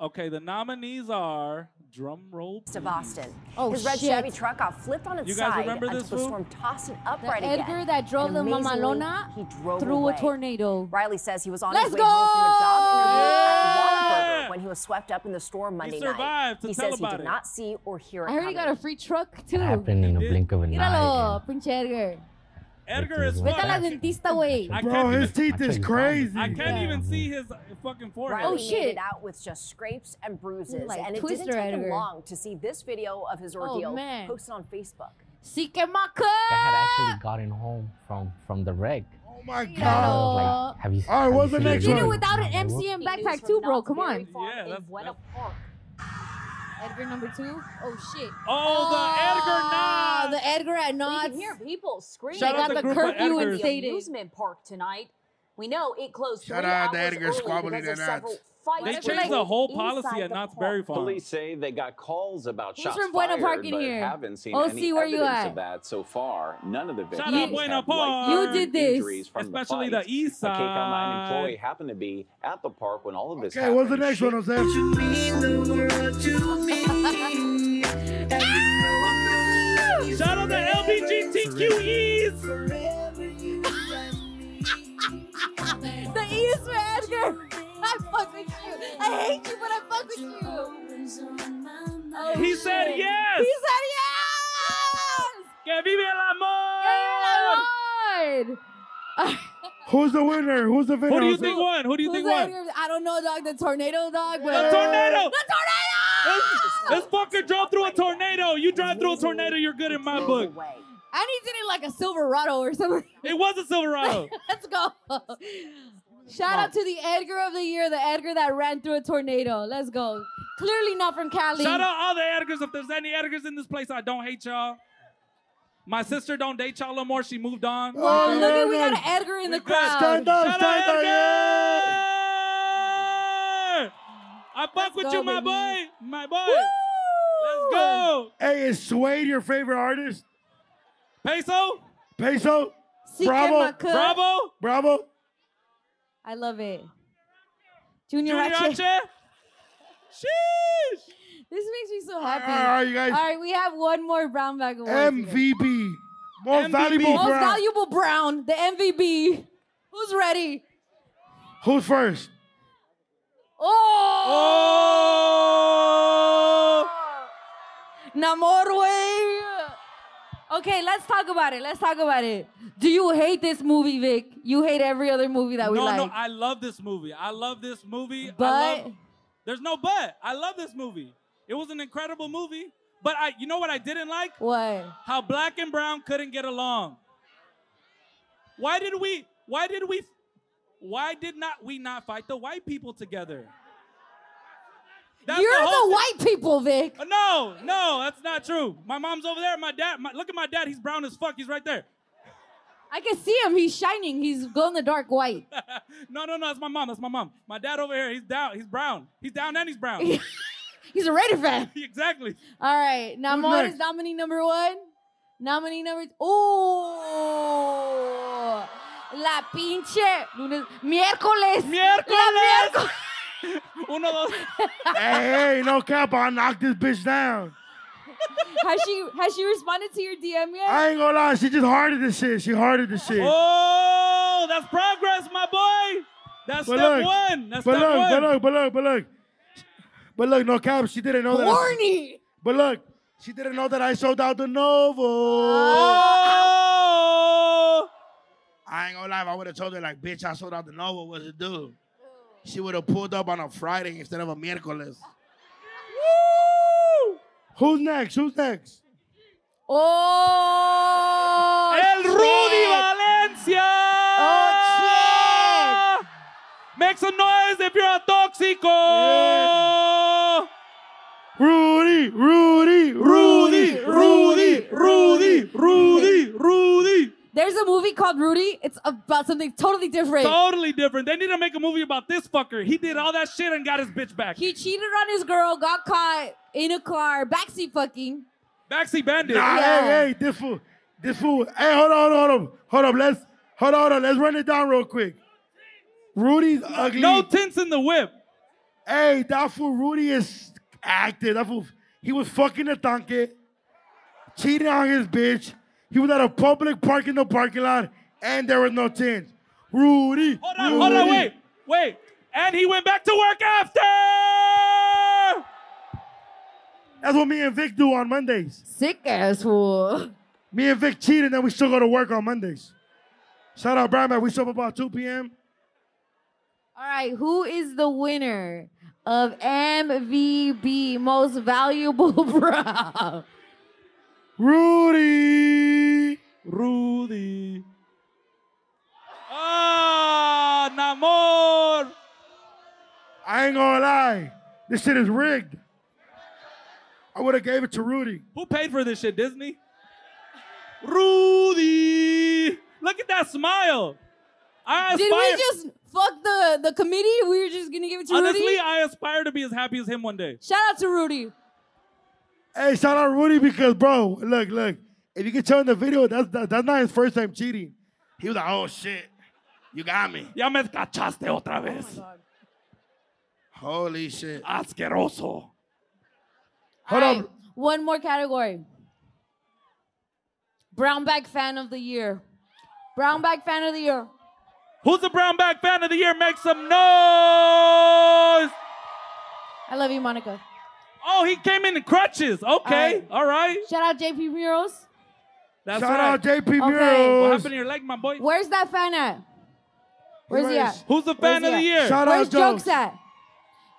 Okay, the nominees are drum roll. To Boston.
Oh,
His red
shit.
Chevy truck got flipped on its
You guys
side
remember
until
this
the
fool?
storm tossed it
The
upright again.
Edgar that drove
And
the
amazingly,
Mamalona
he drove
through
away.
a tornado.
Riley says he was on
Let's
his way home from a job interview
go!
at Whataburger when he was swept up in the storm Monday
survived
night.
to
he
tell
says he
about
did
it.
not see or hear it
I heard he got
coming.
a free truck too.
happened in a blink of an eye.
Míralo, pinche Edgar.
Edgar is
Vete a la
fucked.
dentista, güey.
I
Bro, his teeth is crazy.
I can't even see his fucking forehead.
Riley
Oh,
made it out with just scrapes and bruises,
Like
and it
Twister
didn't take
Edgar.
him long to see this video of his
Oh,
ordeal
man.
posted on Facebook.
Sí que
I
maca.
had actually gotten home from from the wreck.
Oh my
God.
Like, have you?
All right, what's the
have you
next
seen
one?
the video?
Without an
Like, what-
MCM backpack too, bro. Come on.
Yeah, that's,
Edgar number two. Oh shit.
Oh,
Ah,
the Edgar Knott.
The Edgar at
You
Knotts.
can hear people screaming.
Shout They out got to the the group of curfew Edgars.
the
instated.
amusement park tonight. We know it closed
Shout
three
out to
hours
Edgar
early
squabbling
because of
at
several
Knott's.
fights
They
that
changed
were
the whole
inside
policy at
the
Knott's
park.
Berry Farm.
Police say they got calls about
Who's
shots
from Buena
fired,
Park in
but
here?
haven't seen
OC,
any
where you
evidence
at?
of that so far. None of the victims
Shout out Buena
have
Park.
life
You did this.
injuries from
Especially
the,
the
fight.
east
A KCAL 9
side.
employee happened to be at the park when all of this
Okay,
happened.
what's the next one, Jose?
Shout out to LBGTQEs.
the E is for Edgar. I fuck with you. I hate you, but I fuck with you. Oh,
He said
shit.
yes.
He said yes.
Que vive el amor.
Lord.
Who's the winner? Who's the winner?
Who do you
Jose?
think won? Who do you
Who's
think
the
won?
Edgar? I don't know, dog. The tornado, dog. But
The tornado!
The tornado.
This fucker drove through a tornado. You drive through a tornado, you're good in my book.
I need to need like a Silverado or something.
It was a Silverado.
Let's go. Shout out to the Edgar of the year, the Edgar that ran through a tornado. Let's go. Clearly not from Cali.
Shout out all the Edgars. If there's any Edgars in this place, I don't hate y'all. My sister don't date y'all no more. She moved on.
Oh, look at we got an Edgar in the crowd.
Stand up,
Shout
stand
out
up,
Edgar.
I fuck with
go,
you, my
baby.
boy. My boy. Let's go.
Hey, is Suede your favorite artist?
Peso.
Peso.
Si que
Bravo.
ma could. Bravo.
Bravo.
I love it. Junior,
Junior
Rache.
Rache.
Sheesh. This makes me so happy.
all right, you guys.
All right, we have one more brown bag award.
MVP. Most valuable
Most
brown.
valuable brown, the MVP. Who's ready?
Who's first?
Oh!
Namor way. Okay, let's talk about it. Let's talk about it. Do you hate this movie, Vic? You hate every other movie that we
no,
like.
no, I love this movie. I love this movie. I
But-
love- there's no but. I love this movie. It was an incredible movie. But I, you know what I didn't like?
What?
How black and brown couldn't get along. Why did we? Why did we? Why did not we not fight the white people together? That's
You're the,
whole thing.
white people, Vic.
Uh, No, no, that's not true. My mom's over there. My dad, my, look at my dad. He's brown as fuck. He's right there.
I can see him. He's shining. He's glow in the dark white.
No, no, no. That's my mom. That's my mom. My dad over here. He's down. He's brown. He's down and he's brown.
He's a Raider fan.
exactly.
All right, Namor
next?
is nominee number one. Nominee number oh, la pinche lunes, miércoles, miércoles. La miércoles.
Uno dos.
hey, hey, no cap, I knocked this bitch down.
has she has she responded to your DM yet?
I ain't gonna lie, she just hearted this shit. She hearted this shit.
Oh, that's progress, my boy. That's
But
step
look,
one. That's
but
step
look,
one.
But look, but look, but look. But look, no cap, she didn't know that. I-
Horny.
but look, she didn't know that I sold out the Novo.
Oh!
I ain't gonna lie, if I would have told her, like, bitch, I sold out the Novo, what's it do? She would have pulled up on a Friday instead of a miércoles. Woo! Who's next? Who's next?
Oh,
El
shit.
Rudy Valencia.
Oh
Make some noise if you're a toxico.
Rudy, Rudy, Rudy, Rudy, Rudy, Rudy, Rudy.
There's a movie called Rudy. It's about something totally different.
Totally different. They need to make a movie about this fucker. He did all that shit and got his bitch back.
He cheated on his girl, got caught in a car, backseat fucking.
Backseat bandit.
Nah, hey, hey, this fool, this fool. Hey, hold on, hold on, hold on. Let's hold on, hold on. Let's run it down real quick. Rudy's ugly. No
tints in the whip.
Hey, that fool Rudy is active. That fool, he was fucking a donkey, cheating on his bitch. He was at a public park in the parking lot, and there was no tints. Rudy. Hold
on, hold on, wait, wait. And he went back to work after.
That's what me and Vic do on Mondays.
Sick asshole.
Me and Vic cheat, and then we still go to work on Mondays. Shout out Brian, man. We show up about 2 p.m.
All right, who is the winner of MVB Most Valuable Bra?
Rudy.
Rudy. Ah, Namor.
I ain't gonna lie. This shit is rigged. I would have gave it to Rudy.
Who paid for this shit, Disney? Rudy. Look at that smile. I
Did
aspire-
we just fuck the the committee? We were just gonna give it to
Honestly,
Rudy.
I aspire to be as happy as him one day.
Shout out to Rudy.
Hey, shout out Rudy because, bro, look, look. If you can tell in the video, that's that, that's not his first time cheating. He was like, oh shit, you got me.
Ya me cachaste
Oh
otra vez.
Holy shit.
Asqueroso.
Hold up.
One more category. Brownback fan of the year. Brownback fan of the year.
Who's the Brownback fan of the year? Make some noise.
I love you, Monica.
Oh, he came in in crutches. Okay, all right.
Shout out JP Murals.
That's
Shout
right.
out JP Okay. Murals.
What happened to your leg, my boy?
Where's that fan at? Where's he at?
Who's the fan of the year?
Where's jokes at?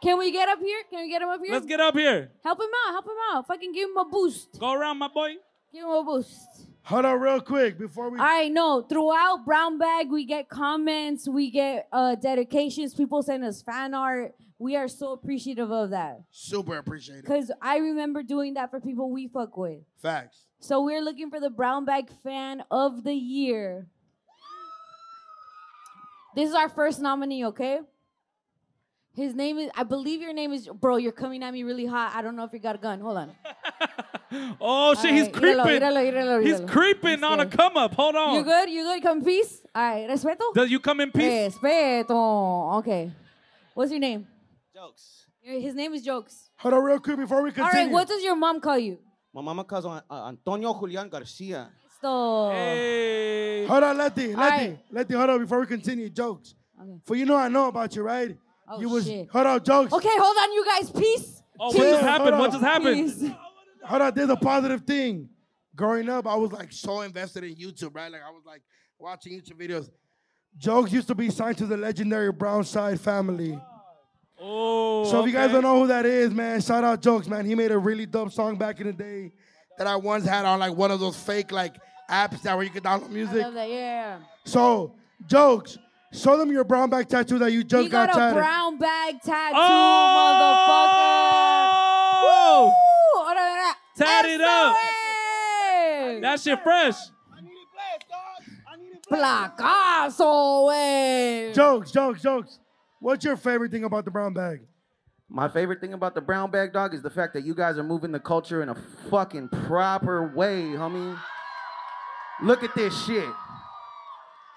Can we get up here? Can we get him up here?
Let's get up here.
Help him out. Help him out. Fucking give him a boost.
Go around, my boy.
Give him a boost.
Hold on, real quick before we.
All right, no. Throughout Brown Bag, we get comments, we get uh, dedications. People send us fan art. We are so appreciative of that.
Super appreciate it.
Because I remember doing that for people we fuck with.
Facts.
So we're looking for the Brown Bag Fan of the Year. This is our first nominee, okay? His name is, I believe your name is, bro, you're coming at me really hot. I don't know if you got a gun. Hold on.
Oh shit, he's
right,
creeping.
íralo, íralo,
he's
íralo.
creeping on a come up. Hold on.
You good? You good? Come peace? All right, respeto?
Does you come in peace?
Respeto. Okay. What's your name? Jokes. His name is Jokes.
Hold on, real quick before we
All right, what does your mom call you?
My mama calls on uh, Antonio Julian Garcia.
So,
Hold on, Letty, Letty,
All right.
Letty, hold on before we continue. Jokes. For you know I know about you, right?
Oh,
you was
shit.
hold on, jokes.
Okay, hold on, you guys. Peace.
Oh,
Peace.
Hold on, there's a positive thing. Growing up, I was like so invested in YouTube, right? Like I was like watching YouTube videos. Jokes used to be signed to the legendary Brownside family.
Oh.
so if you guys
okay.
don't know who that is, man, shout out Jokes, man. He made a really dope song back in the day that I once had on like one of those fake like apps that where you could download music.
Love that, yeah.
So Jokes, show them your brown back tattoo that you just
He got, a
tatted.
brown bag tattoo,
Oh!
motherfucker.
Woo! Ora, ora.
Tat it up. That shit fresh.
Placazo, wey.
Jokes, jokes, jokes. What's your favorite thing about the brown bag?
My favorite thing about the brown bag dog is the fact that you guys are moving the culture in a fucking proper way, homie. Look at this shit.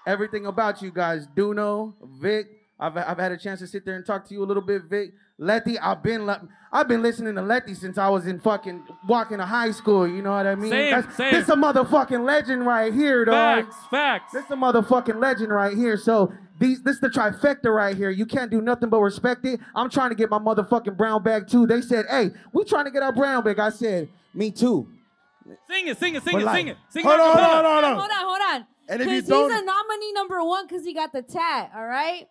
Everything about you guys, Duno, Vic. I've, I've had a chance to sit there and talk to you a little bit, Vic. Letty, I've been li- I've been listening to Letty since I was in fucking walking to high school. You know what I mean?
Same, same.
This a motherfucking legend right here, dog.
Facts, facts.
This a motherfucking legend right here. So these, this the trifecta right here. You can't do nothing but respect it. I'm trying to get my motherfucking brown bag too. They said, "Hey, we trying to get our brown bag." I said, "Me too."
Sing it, sing it, sing
But
it,
like-
sing it. Sing
Hold
it.
on, hold
hold
on,
on, hold on, hold on.
And
Because
if you
he's
don't-
a nominee number one because he got the tat, all right?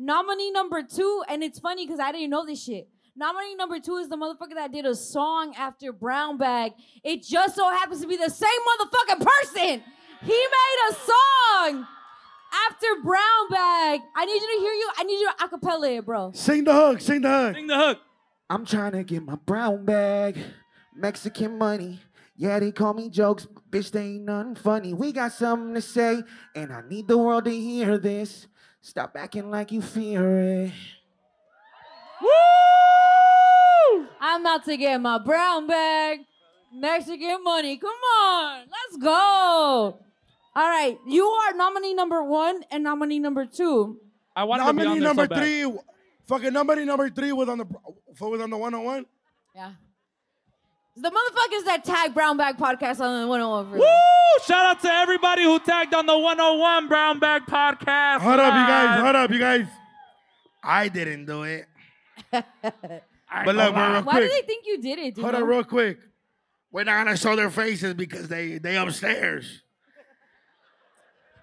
Nominee number two, and it's funny because I didn't know this shit. Nominee number two is the motherfucker that did a song after Brown Bag. It just so happens to be the same motherfucking person. He made a song after Brown Bag. I need you to hear you. I need you to acapella it, bro.
Sing the hook, sing the hook.
Sing the hook.
I'm trying to get my brown bag, Mexican money. Yeah, they call me jokes, bitch. They ain't nothing funny. We got something to say, and I need the world to hear this. Stop acting like you fear it.
I'm about to get my brown bag, Mexican money. Come on, let's go. All right, you are nominee number one and nominee number two.
I
wanted to be
nominee
on there so
number
bad.
three. Fucking nominee number three was on the was on the one on one.
Yeah. The motherfuckers that tag Brown Bag Podcast on the 101 for
Woo! Shout out to everybody who tagged on the 101 Brown Bag Podcast.
Hold up, you guys.
Live.
Hold up, you guys. I didn't do it. but look, bro, real
Why do
quick.
they think you did it, dude?
Hold on, real quick. We're not gonna show their faces because they they upstairs.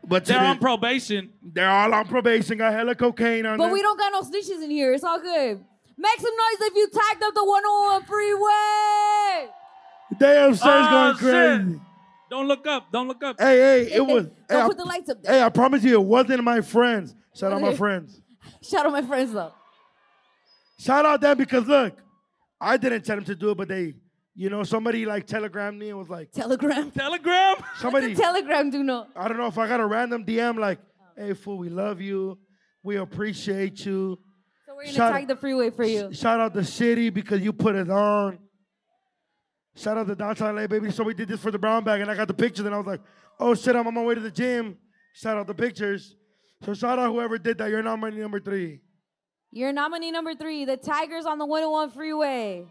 But
They're on
probation. They're all on probation. Got hella cocaine on
But
them.
we don't got no snitches in here. It's all good. Make some noise if you tagged up the 101 freeway.
They upstairs
Oh,
Ah,
going
shit.
crazy.
Don't look up. Don't look up.
Hey, hey, it was. hey, I-
put the lights up there.
Hey, I promise you, it wasn't my friends. Shout out my
Okay.
friends.
Shout out my friends though.
Shout out them because look, I didn't tell them to do it, but they, you know, somebody like telegrammed me and was like,
Telegram,
telegram,
somebody,
telegram, do not.
I don't know if I got a random DM like, hey, fool, we love you, we appreciate you.
So we're gonna
Shout-
tag the freeway for you.
Shout out the city because you put it on. Shout out to downtown LA, baby. So we did this for the brown bag, and I got the pictures, and I was like, oh shit, I'm on my way to the gym. Shout out the pictures. So shout out whoever did that. You're nominee number three.
Your nominee number three, the Tigers on the 101 freeway.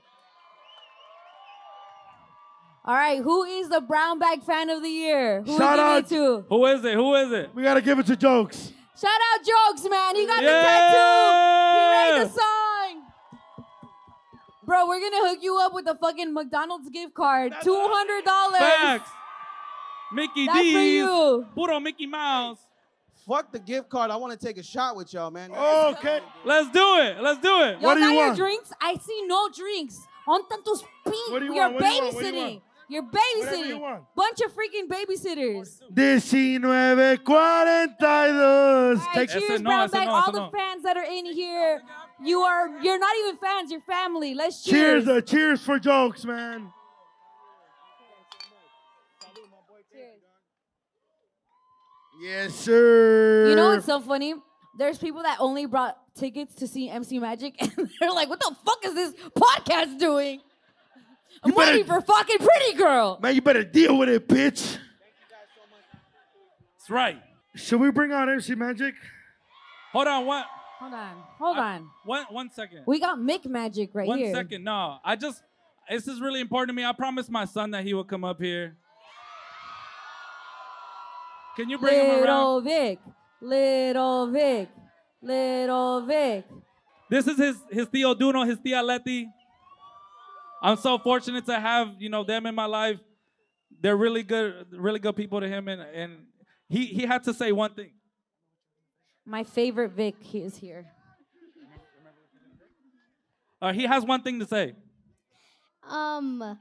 All right, who is the Brown Bag fan of the year? Who we
Shout
giving
out
it to?
Who is it? Who is it?
We gotta give it to jokes.
Shout out Jokes, man. He got
Yeah.
the tattoo. He made the song. Bro, we're gonna hook you up with a fucking McDonald's gift card. Two hundred dollars.
Facts. Mickey
That's for
D's.
you.
Puro Mickey Mouse.
Fuck the gift card. I want to take a shot with y'all, man.
okay.
Let's do it. Let's do it.
Y'all got your drinks? I see no drinks. On tantos pink.
What do you
You're
want? What do you want? What do you
babysitting.
want?
You're
Whatever
babysitting.
you want.
Bunch of freaking babysitters.
1942.
All right, cheers, Brown Bag. All the fans that are in here. You are you're not even fans, you're family. Let's cheers.
Cheers, uh, cheers for jokes, man. Yes, sir.
You know what's so funny? There's people that only brought tickets to see MC Magic, and they're like, "What the fuck is this podcast doing?" I'm waiting for fucking Pretty Girl.
Man, you better deal with it, bitch.
That's right.
Should we bring out MC Magic?
Hold on. One,
Hold on, hold on.
one, one second.
We got Mick Magic right
One
here.
second. No, I just, this is really important to me. I promised my son that he would come up here. Can you bring him
Little
around?
Vic, Little Vic, Little Vic,
This is his his tío Duno, his tía Leti. I'm so fortunate to have you know them in my life. They're really good, really good people to him, and and he he had to say one thing.
My favorite Vic he is here.
Uh, he has one thing to say.
Um,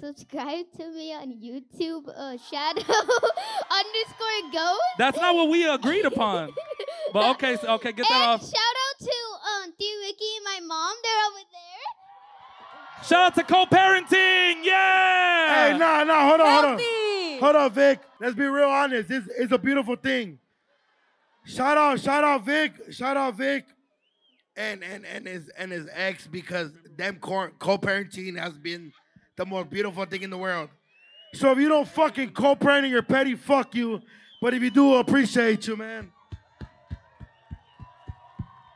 subscribe to me on YouTube, uh, Shadow underscore Ghost.
That's not what we agreed upon. But okay, so, okay, get that
and
off.
shout out to um, D. Ricky and my mom. They're over there.
Shout out to co-parenting, yeah.
Hey, nah, nah, hold on, hold on,
Healthy.
hold on, Vic. Let's be real honest. This is a beautiful thing. Shout out, shout out, Vic. Shout out, Vic, and and and his and his ex because them co- co-parenting has been the most beautiful thing in the world. So if you don't fucking co-parenting, you're petty. Fuck you. But if you do, I appreciate you, man.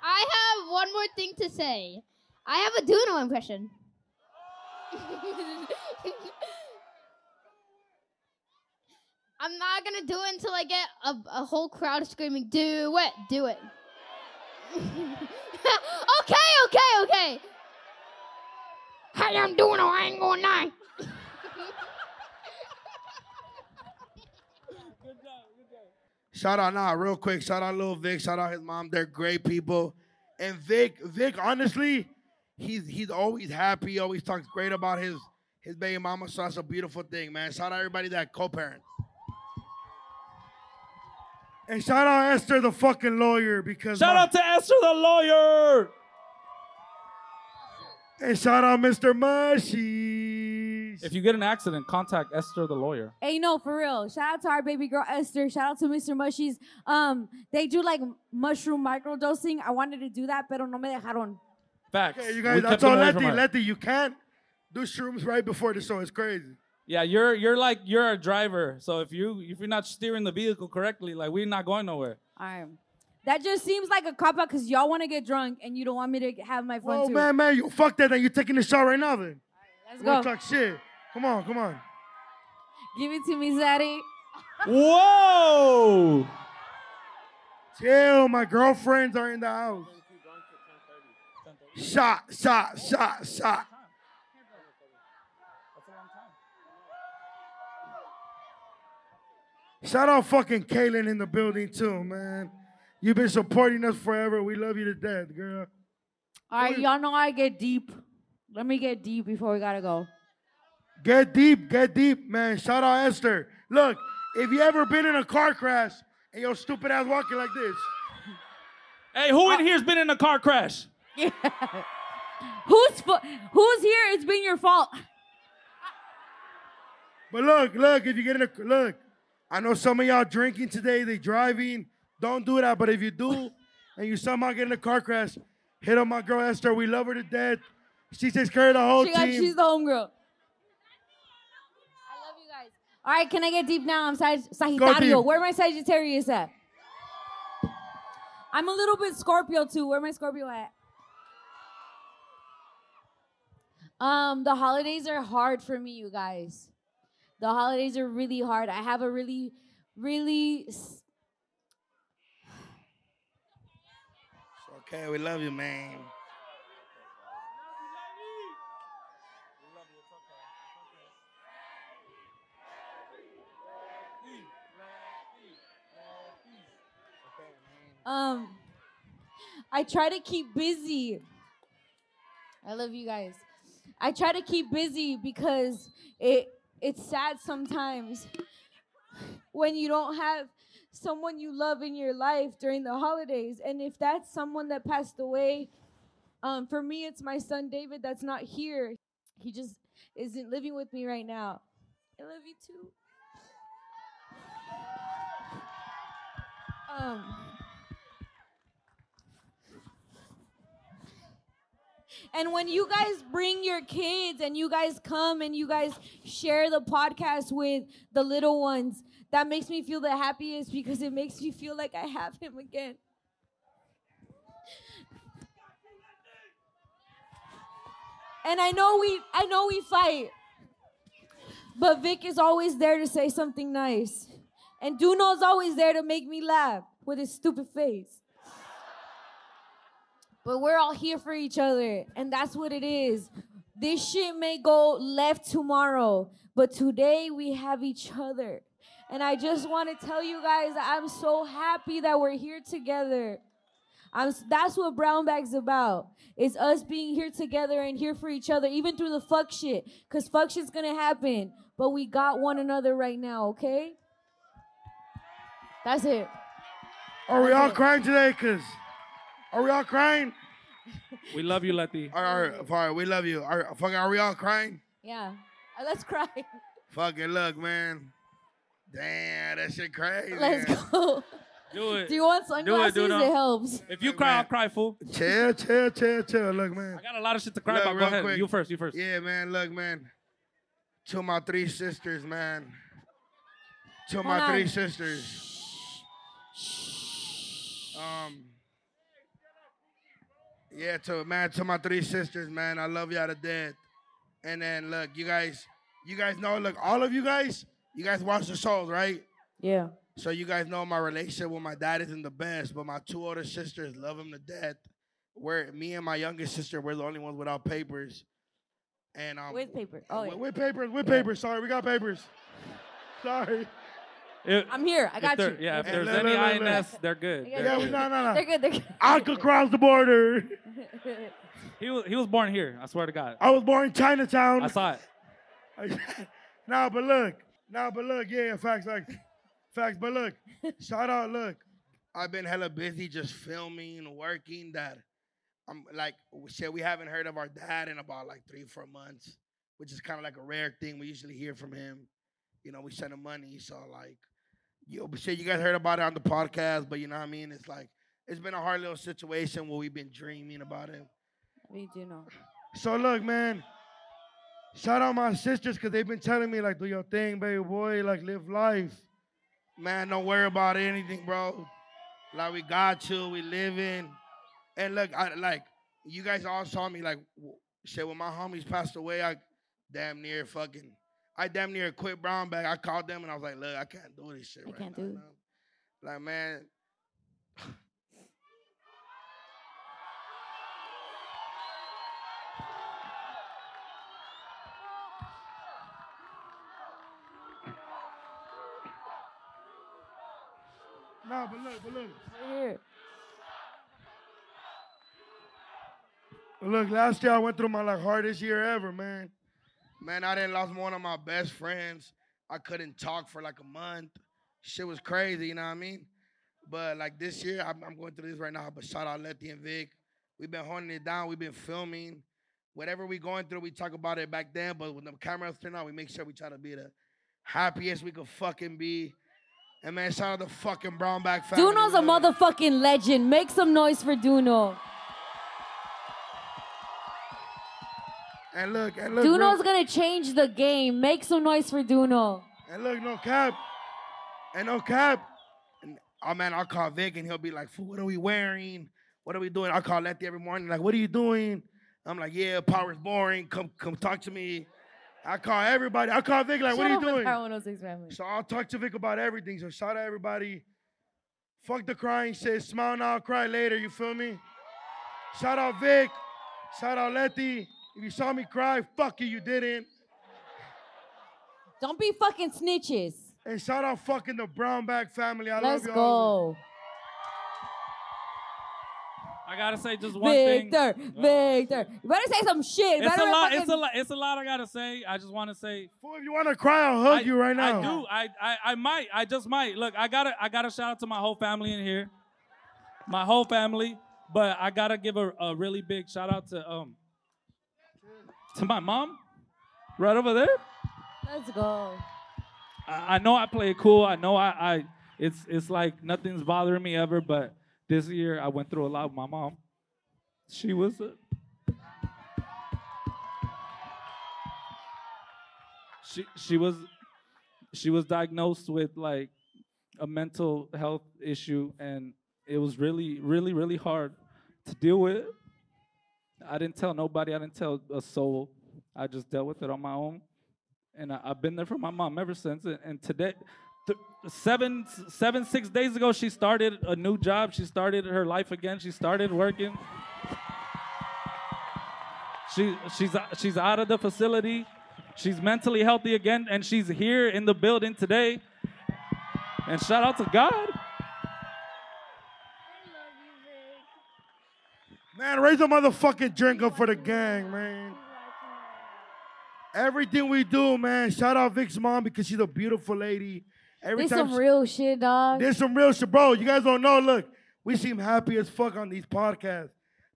I have one more thing to say. I have a Duno impression. I'm not gonna do it until I get a, a whole crowd screaming, "Do it, do it." okay, okay, okay. Hey, I'm Duno. I ain't gonna lie.
Shout out nah, real quick. Shout out Lil Vic. Shout out his mom. They're great people. And Vic, Vic, honestly, he's he's always happy. Always talks great about his his baby mama. So that's a beautiful thing, man. Shout out everybody that co-parent. And shout out Esther the fucking lawyer because
Shout
my-
out to Esther the lawyer.
And shout out Mr. Mushies.
If you get an accident, contact Esther the lawyer.
Hey, no, for real. Shout out to our baby girl Esther. Shout out to Mr. Mushies. Um, they do like mushroom microdosing. I wanted to do that, pero no me dejaron.
Facts.
Okay, you
We
guys, I
kept
told
him away from
Letty,
her.
Letty, you can't do shrooms right before the show. It's crazy.
Yeah, you're you're like you're a driver. So if you if you're not steering the vehicle correctly, like we're not going nowhere.
All right. That just seems like a cop out because y'all want to get drunk and you don't want me to have my fun
Oh
too.
man, man, you fuck that. Then you're taking the shot right now. Then
Let's
Don't
go.
talk shit. Come on, come on.
Give it to me, Zaddy.
Whoa!
Chill, my girlfriends are in the house. Shot, shot, shot, shot. Shout out fucking Kaylin in the building too, man. You've been supporting us forever. We love you to death, girl.
All right, y'all know I get deep. Let me get deep before we gotta go.
Get deep, get deep, man. Shout out Esther. Look, if you ever been in a car crash and your stupid ass walking like this,
Hey, who in here's been in a car crash?
Yeah. Who's fo- who's here? It's been your fault.
But look, look, if you get in a look, I know some of y'all drinking today, they driving. Don't do that. But if you do, and you somehow get in a car crash, hit on my girl Esther. We love her to death. She takes care of the whole
she got,
team.
she's the homegirl. I love you guys. All right, can I get deep now? I'm Sag- Sagittario.
deep.
Where my Sagittarius at? I'm a little bit Scorpio too. Where my Scorpio at? Um, the holidays are hard for me, you guys. The holidays are really hard. I have a really, really s-
okay, we love you, man.
Um, I try to keep busy. I love you guys. I try to keep busy because it it's sad sometimes when you don't have someone you love in your life during the holidays. And if that's someone that passed away, um, for me it's my son David that's not here. He just isn't living with me right now. I love you too. Um, And when you guys bring your kids and you guys come and you guys share the podcast with the little ones, that makes me feel the happiest because it makes me feel like I have him again. And I know we I know we fight. But Vic is always there to say something nice. And Duno's always there to make me laugh with his stupid face. but we're all here for each other, and that's what it is. This shit may go left tomorrow, but today we have each other. And I just want to tell you guys that I'm so happy that we're here together. I'm, s- that's what Brownback's about. It's us being here together and here for each other, even through the fuck shit. Because fuck shit's going to happen. But we got one another right now, okay? That's it.
Are we all crying today? Cause are we all crying?
We love you, Letty.
All right, all right, all right, we love you. All right, fuck, are we all crying?
Yeah. Uh, Let's cry.
Fucking look, man. Damn, that shit crazy.
Let's go.
Do it.
Do you want sunglasses? it,
dude, um,
helps.
If you cry, I'll cry, fool.
Chill, chill, chill, chill. Look, man.
I got a lot of shit to cry about.
real
Go ahead. You first. You first.
Yeah, man. Look, man. To my three sisters, man. To
Hold
my
on.
three sisters. Um. Yeah, to man, to my three sisters, man. I love y'all to death. And then look, you guys, you guys know, look, all of you guys, you guys watch the shows, right?
Yeah.
So you guys know my relationship with my dad isn't the best, but my two older sisters love him to death. Where me and my youngest sister, we're the only ones without papers. And um,
With paper. Oh,
with,
yeah.
with papers, with papers. Sorry, we got papers. Sorry.
I'm here. I
If
got
there-
you.
Yeah,
I
if
got
there's
you. Look,
any
look, look,
INS,
look.
they're good.
I got
They're
you.
good.
They're good. They're good.
I could cross the border.
He was, he was born here. I swear to God.
I was born in Chinatown.
I saw it.
nah, but look, nah, but look, yeah, facts, like, facts, but look, shout out, look, I've been hella busy just filming, working. That I'm like, shit, we haven't heard of our dad in about like three, four months, which is kind of like a rare thing. We usually hear from him. You know, we send him money, so like, yo, but shit, you guys heard about it on the podcast, but you know what I mean? It's like, it's been a hard little situation where we've been dreaming about him.
We do know.
So look, man. Shout out my sisters because they've been telling me like, do your thing, baby boy. Like, live life. Man, don't worry about anything, bro. Like, we got you. We living. And look, I like you guys all saw me like, w- shit. When my homies passed away, I damn near fucking, I damn near quit Brown bag. I called them and I was like, look, I can't do this shit.
I
right
can't
now,
do it.
man. Like, man. No, but look, but look. Look, last year I went through my like hardest year ever, man. Man, I didn't lost one of my best friends. I couldn't talk for like a month. Shit was crazy, you know what I mean? But like this year, I'm, I'm going through this right now. But shout out Letty and Vic. We've been honing it down. We've been filming. Whatever we going through, we talk about it back then. But when the cameras turn on, we make sure we try to be the happiest we could fucking be. And man, shout out the fucking Brownback family.
Duno's a motherfucking legend. Make some noise for Duno.
And look, and look. real-
Duno's gonna change the game. Make some noise for Duno.
And look, no cap. And no cap. And, oh man, I'll call Vic and he'll be like, "Fool, what are we wearing? What are we doing? I'll call Letty every morning, like, what are you doing? I'm like, yeah, power's boring. Come come talk to me. I call everybody. I call Vic, like, what are you doing?
oh
So I'll talk to Vic about everything. So shout out everybody. Fuck the crying shit. Smile now, cry later. You feel me? Shout out Vic. Shout out Letty. If you saw me cry, fuck you, you didn't.
Don't be fucking snitches.
And shout out fucking the Brownback family. I
Let's
love y'all.
go.
I gotta say just one thing.
Victor, Victor. You better say some shit.
It's a
better
lot.
fucking-
It's a lot. It's a lot. I gotta say. I just want to say.
If you want to cry, I'll hug you right now.
I do. I, I I might. I just might. Look, I gotta I gotta shout out to my whole family in here, my whole family. But I gotta give a, a really big shout out to um to my mom, right over there.
Let's go.
I, I know I play it cool. I know I I it's it's like nothing's bothering me ever. But this year I went through a lot with my mom. She was a, she she was she was diagnosed with like a mental health issue and it was really really really hard to deal with i didn't tell nobody i didn't tell a soul i just dealt with it on my own and I, i've been there for my mom ever since and, and today th- seven, s- seven, six days ago, she started a new job. She started her life again. She started working. She, she's, she's out of the facility. She's mentally healthy again, and she's here in the building today. And shout out to God.
Man, raise a motherfucking drink up for the gang, man. Everything we do, man. Shout out Vic's mom because she's a beautiful lady. Every
There's
time
some
she-
real shit, dog.
There's some real shit, bro. You guys don't know. Look, we seem happy as fuck on these podcasts,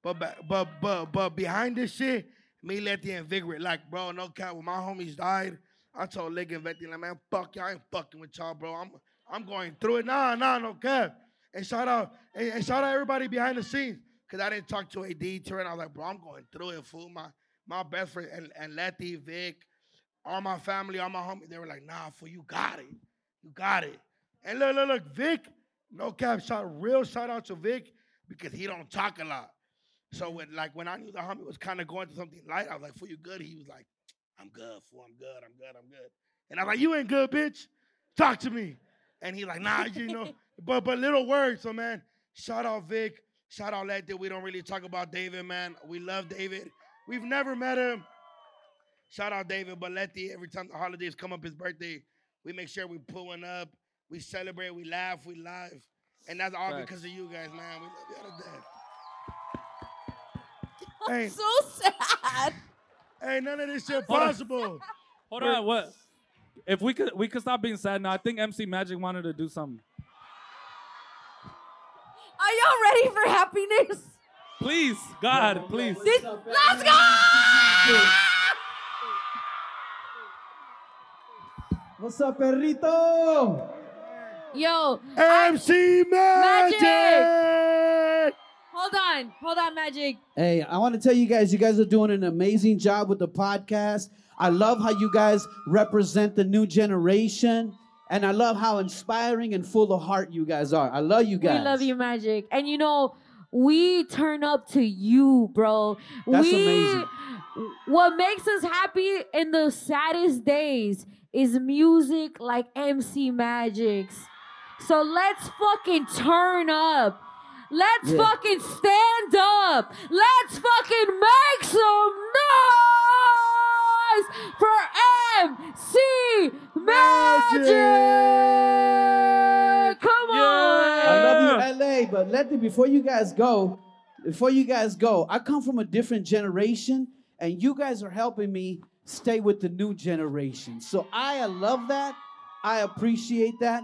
but ba- but but but behind this shit, me Letty and Vic were like, bro, no cap. When my homies died, I told Lick and Letty, like, man, fuck y'all, I ain't fucking with y'all, bro. I'm I'm going through it. Nah, nah, no cap. And shout out and, and shout out everybody behind the scenes, cause I didn't talk to AD Turin. I was like, bro, I'm going through it, fool. My my best friend and, and Letty, Vic, all my family, all my homies, they were like, nah, fool, you got it. You got it. And look, look, look, Vic, no cap shot, real shout out to Vic because he don't talk a lot. So when like when I knew the homie was kind of going to something light, I was like, "Fool, you good?" He was like, "I'm good, fool. I'm good. I'm good. I'm good." And I was like, "You ain't good, bitch. Talk to me." And he like, "Nah, you know." but but little words. So man, shout out Vic. Shout out that We don't really talk about David, man. We love David. We've never met him. Shout out David Belletti. Every time the holidays come up, his birthday, we make sure we pull one up. We celebrate, we laugh, we live. And that's all
Facts.
because of you guys, man. We love y'all to death.
so sad.
Hey, none of this shit
Hold on.
possible.
Hold on, what? If we could, we could stop being sad now. I think MC Magic wanted to do something.
Are y'all ready for happiness?
Please, God, please.
This- let's go!
What's up, perrito?
Yo,
MC
Magic!
Magic!
hold on, hold on, Magic.
Hey, I want to tell you guys, you guys are doing an amazing job with the podcast. I love how you guys represent the new generation. And I love how inspiring and full of heart you guys are. I love you guys.
We love you, Magic. And you know, we turn up to you, bro.
That's
we,
amazing.
What makes us happy in the saddest days is music like MC Magic's. So let's fucking turn up. Let's
Yeah.
fucking stand up. Let's fucking make some noise for MC Magic. Come on.
I love you, LA. But let me before you guys go, before you guys go, I come from a different generation, and you guys are helping me stay with the new generation. So I love that. I appreciate that.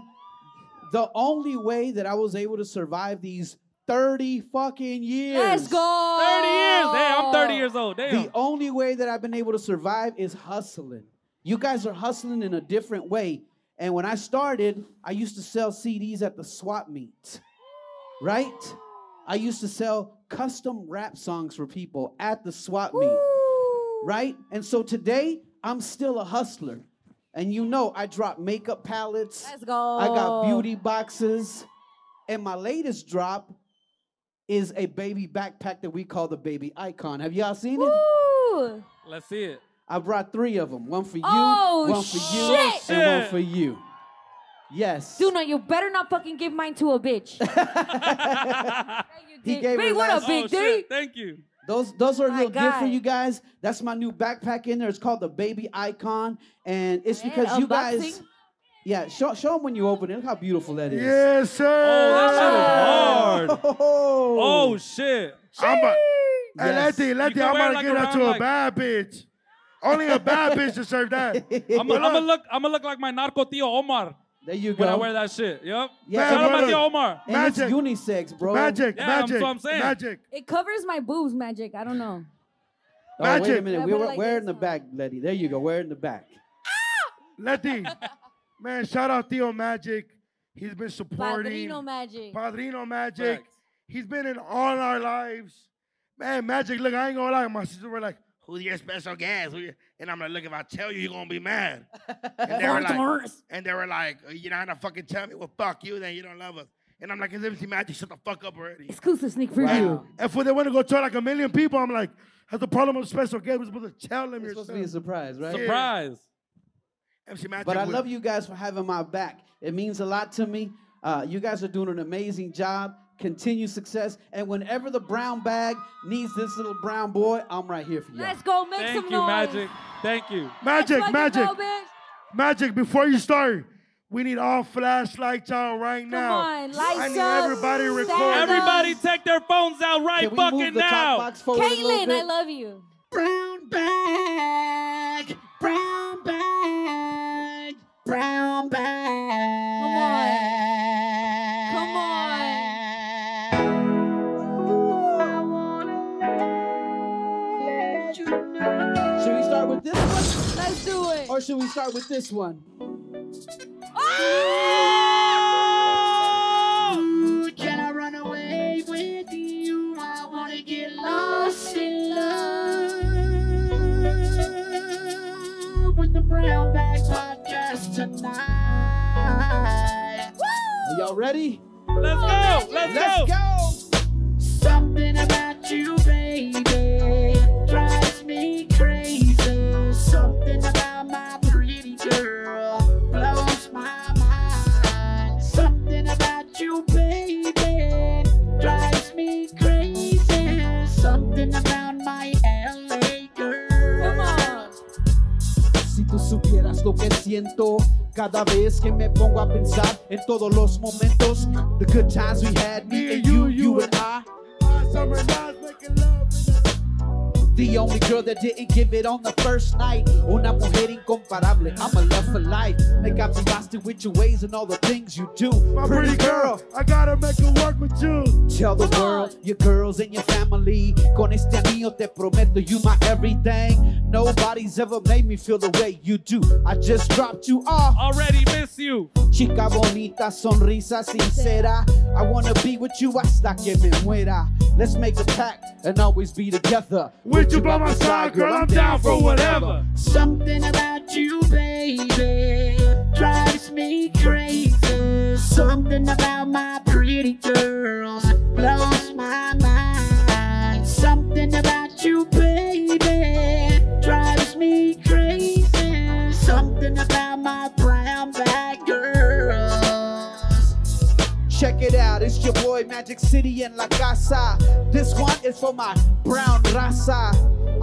The only way that I was able to survive these 30 fucking years.
Let's go. 30 years. Damn, I'm 30 years
old.
The only way that I've been able to survive is hustling. You guys are hustling in a different way. And when I started, I used to sell CDs at the swap meet, right? I used to sell custom rap songs for people at the swap meet, right? And so today, I'm still a hustler. And you know, I drop makeup palettes. Let's
go.
I got beauty boxes. And my latest drop is a baby backpack that we call the baby icon. Have y'all seen it?
Let's see it.
I brought three of them. One for you,
Oh,
one for you,
shit.
and one for you. Yes.
Dude, no, you better not fucking give mine to a bitch.
He
dick.
gave
Big,
her
what up,
last-
Big Oh, shit. D?
Thank you.
Those those are a little gift for
God.
you guys. That's my new backpack in there. It's called the baby icon. And it's because you guys
unboxing.
Yeah, show show them when you open it. Look how beautiful that is.
Yes, sir. Oh,
that shit is hard.
Oh,
Oh shit.
I'm about, hey,
Yes.
Letty,
You
Letty,
can
I'm
wear
about
like
to give that
around
to a
like-
bad bitch. Only a bad bitch deserve that.
I'm gonna look. I'm gonna look like my narco tío Omar.
There you
When I
go.
wear that shit. Yep.
Yeah,
Shout out my
brother.
tío Omar.
And it's unisex, bro.
Magic, Yeah, that's magic, what I'm saying.
magic.
It covers my boobs, Magic. I don't know.
Oh, wait a
Magic.
minute.
Yeah,
We
but
were,
like
we're in the back, Letty. There you go. We're in the back.
Letty, man, shout out Theo Magic. He's been supporting.
Padrino Magic.
Padrino Magic. He's been in all our lives. Man, Magic, look, I ain't gonna lie. My sisters were like, who's your special guest? Who your-" And I'm like, look, if I tell you, you're gonna be mad. And they were like, and they were like "Oh, you're not gonna fucking tell me? Well, fuck you, then you don't love us. And I'm like, it's MC Magic, shut the fuck up already.
Exclusive sneak
Wow.
preview.
And for they want to go tell like a million people, I'm like, that's the problem with special guest. We're supposed to tell them
It's
yourself.
supposed to be a surprise, right?
Yeah.
Surprise.
MC Magic.
But I
would-
love you guys for having my back. It means a lot to me. Uh, you guys are doing an amazing job. Continue success. And whenever the brown bag needs this little brown boy, I'm right here for you.
Let's go make
Thank
some
you,
noise.
Magic.
Thank you.
Magic,
Let's fucking
magic.
go, bitch.
Magic, before you start, we need all flashlights out right now.
on,
I
lights
need
up,
everybody
stand
record.
up. Everybody
take their phones out right fucking now.
Caitlin, I love you.
Brown bag, brown bag, brown bag. Come on. Come on.
Should we start with this one?
Let's do it.
Or should we start with this one?
Can I run away with you? I wanna get lost in love with the Brown Bag Podcast tonight.
Are y'all ready?
Let's
go!
Let's, go! Something about you, baby, drives me crazy. Something about my pretty girl blows my mind. Something about you, baby, drives me crazy. Something about my LA girl.
Si tú supieras lo que siento cada vez que me pongo a pensar en todos los momentos, the good times we had, me and you, you and I. The only girl that didn't give it on the first night. Una mujer incomparable. I'm a love for life. They got me lost with your ways and all the things you do.
My pretty girl, I gotta make it work with you.
Tell the world, your girls and your family. Con este anillo te prometo, you my everything. Nobody's ever made me feel the way you do. I just dropped you off.
Already miss you.
Chica bonita, sonrisa sincera. I wanna be with you hasta que me muera. Let's make a pact and always be together.
With you by my side, girl, I'm down for whatever.
whatever.
Something about you, baby, drives me crazy. Something about my pretty girls blows my mind. Something about you, baby, drives me crazy. Something about my brown bag girls.
Check it out, it's your boy Magic City and La Casa. This one is for my brown raza.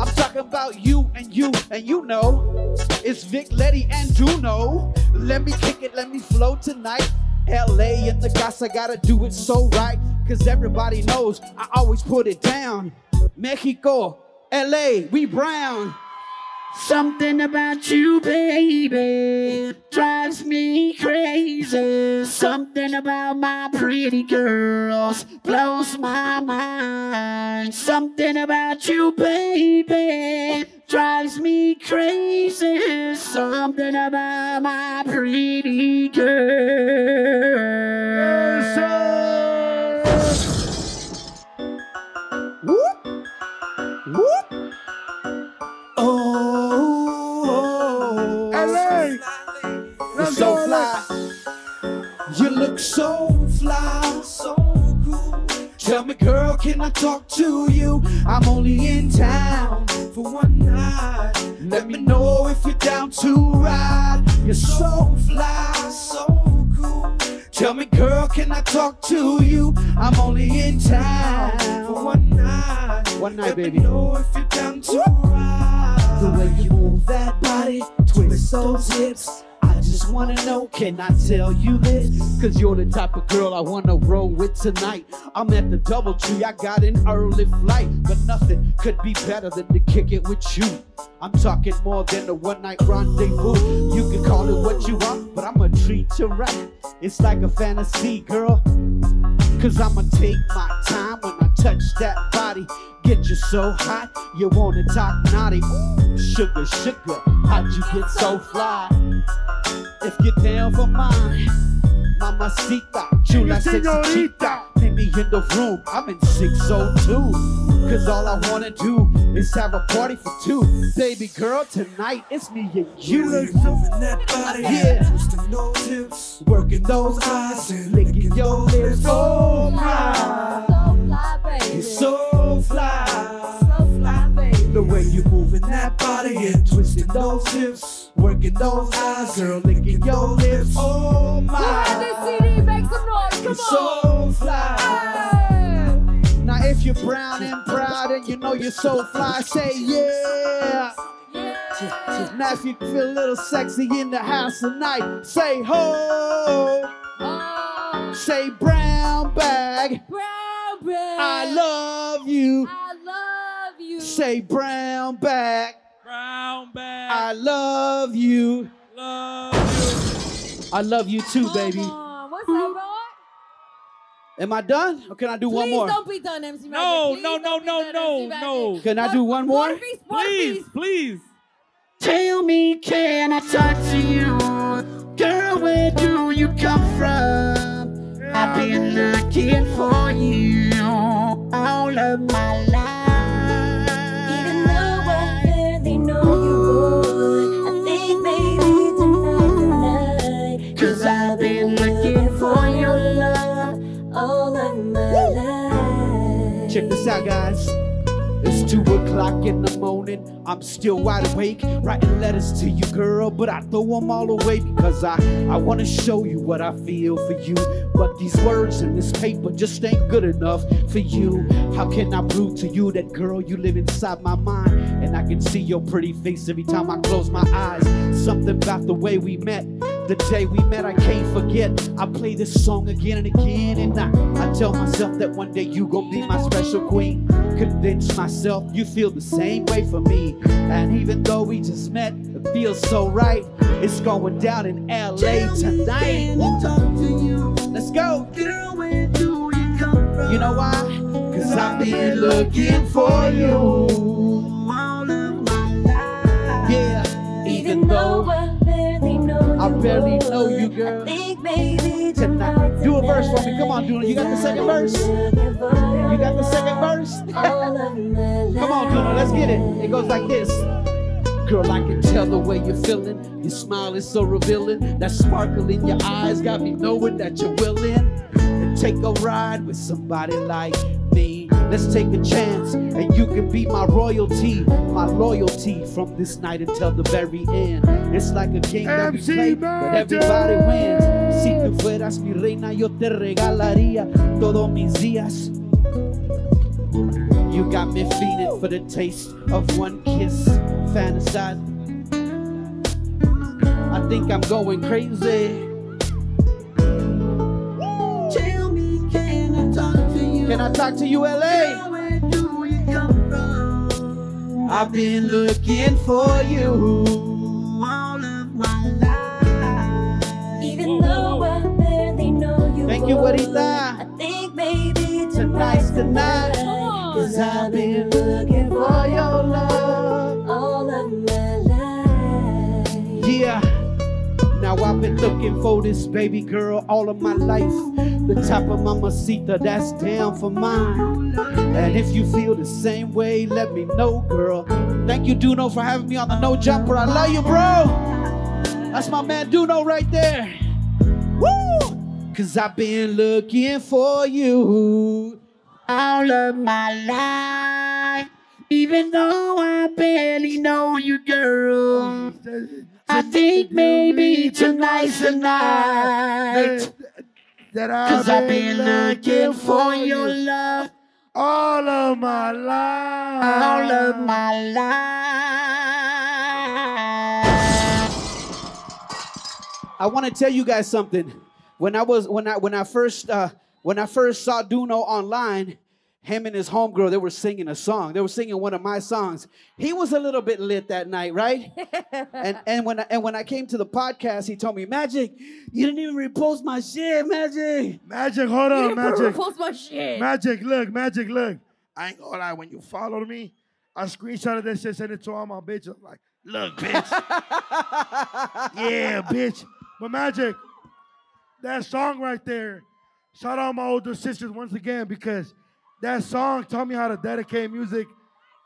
I'm talking about you and you and you know. It's Vic Letty and Juno. Let me kick it, let me flow tonight. LA and La Casa gotta do it so right. Cause everybody knows I always put it down. Mexico, LA, we brown.
Something about you, baby, drives me crazy. Something about my pretty girls blows my mind. Something about you, baby, drives me crazy. Something about my pretty girls.
Whoop. Whoop.
Oh,
You're so fly. You look so fly, so cool. Tell me, girl, can I talk to you? I'm only in town for one night. Let me know if you're down to ride. You're so fly, so cool. Tell me, girl, can I talk to you? I'm only in town for one night. One night, baby. Let me know if you're down to ride. The way you move that body, twist those hips. I just wanna know, can I tell you this? Cause you're the type of girl I wanna roll with tonight. I'm at the double tree, I got an early flight. But nothing could be better than to kick it with you. I'm talking more than a one night rendezvous. You can call it what you want, but I'ma treat you right. It's like a fantasy, girl. Cause I'ma take my time when I touch that body. Get you so hot, you wanna talk naughty. Ooh, sugar, sugar, how'd you get so fly? If you're down for mine, mamacita, chula senorita. Meet me in the room, I'm in 602. Cause all I wanna do is have a party for two. Baby girl, tonight it's me and you. Moving that body, yeah. Twisting those hips, working those eyes, licking your lips. Oh my, you're so fly. The way you're moving that body and twisting those hips, working licking those eyes, girl, licking your lips. Oh my.
Who had this CD? Make some noise, come
You're so
on.
fly. Now if you're brown and proud and you know you're so fly, say yeah. Now if you feel a little sexy in the house tonight, say ho. Say brown bag.
Brown bag.
I love you.
I love you.
Say brown bag.
Brown bag.
I love you. I love you too, baby.
Aw, what's up, bro?
Am I done? Or can I do one
Please
more?
don't be done, MC Magic.
No,
Please
no, no,
don't be
no,
done,
no,
MC Magic.
no.
Can I do one more?
Please, please.
Tell me, can I talk to you? Girl, where do you come from? I've been looking for you all of my life.
They know you would. I think maybe tonight, tonight. Cause I've been looking for your love all of my life.
Check this out, guys. It's two o'clock in the morning. I'm still wide awake, writing letters to you, girl. But I throw them all away because I, I want to show you what I feel for you. But these words in this paper just ain't good enough for you. How can I prove to you that, girl, you live inside my mind? And I can see your pretty face every time I close my eyes. Something about the way we met. The day we met, I can't forget. I play this song again and again, and I, I tell myself that one day you gon' be my special queen. Convince myself you feel the same way for me. And even though we just met, it feels so right. It's going down in LA tonight. Let's go. You know why? Cause I've been looking for you. Yeah, even though
I barely know
I
you.
barely know you, girl.
I think maybe
tonight. Do a verse for me. Come on, Duna. You got the second verse? You got the second verse? Come on, Duna. Let's get it. It goes like this. Girl, I can tell the way you're feeling. Your smile is so revealing. That sparkle in your eyes got me knowing that you're willing to take a ride with somebody like me. Let's take a chance, and you can be my royalty, my loyalty from this night until the very end. It's like a game that we play, but everybody wins. Si tú fueras mi reina, yo te regalaría todos mis días. You got me feeding for the taste of one kiss. Fantasize. I think I'm going crazy. Tell me, can I talk to you? Can I talk to you, LA? I've been looking for you all of my life.
Even though I barely know you.
Thank you,
would,
Guarita.
I think maybe tonight's the night. Cause I've been looking for your love all of my life.
Yeah. Now I've been looking for this baby girl all of my life. The top of my masita, that's down for mine. And if you feel the same way, let me know, girl. Thank you, Duno, for having me on the No Jumper. I love you, bro. That's my man Duno right there. Woo! Cause I've been looking for you all of my life. Even though I barely know you, girl. I think maybe tonight's the night. Cause I've been looking for your love all of my life. All of my life. I want to tell you guys something. When I was when I when I first uh, when I first saw Duno online, him and his homegirl they were singing a song. They were singing one of my songs. He was a little bit lit that night, right? and and when I, and when I came to the podcast, he told me, "Magic, you didn't even repost my shit, Magic."
Magic, hold
You
on,
didn't even
Magic.
repost my shit.
Magic, look, Magic, look. I ain't gonna lie, when you followed me, I screenshotted that shit, sent it to all my bitches. I'm like, look, bitch. yeah, bitch. But Magic, that song right there, shout out my older sisters once again because that song taught me how to dedicate music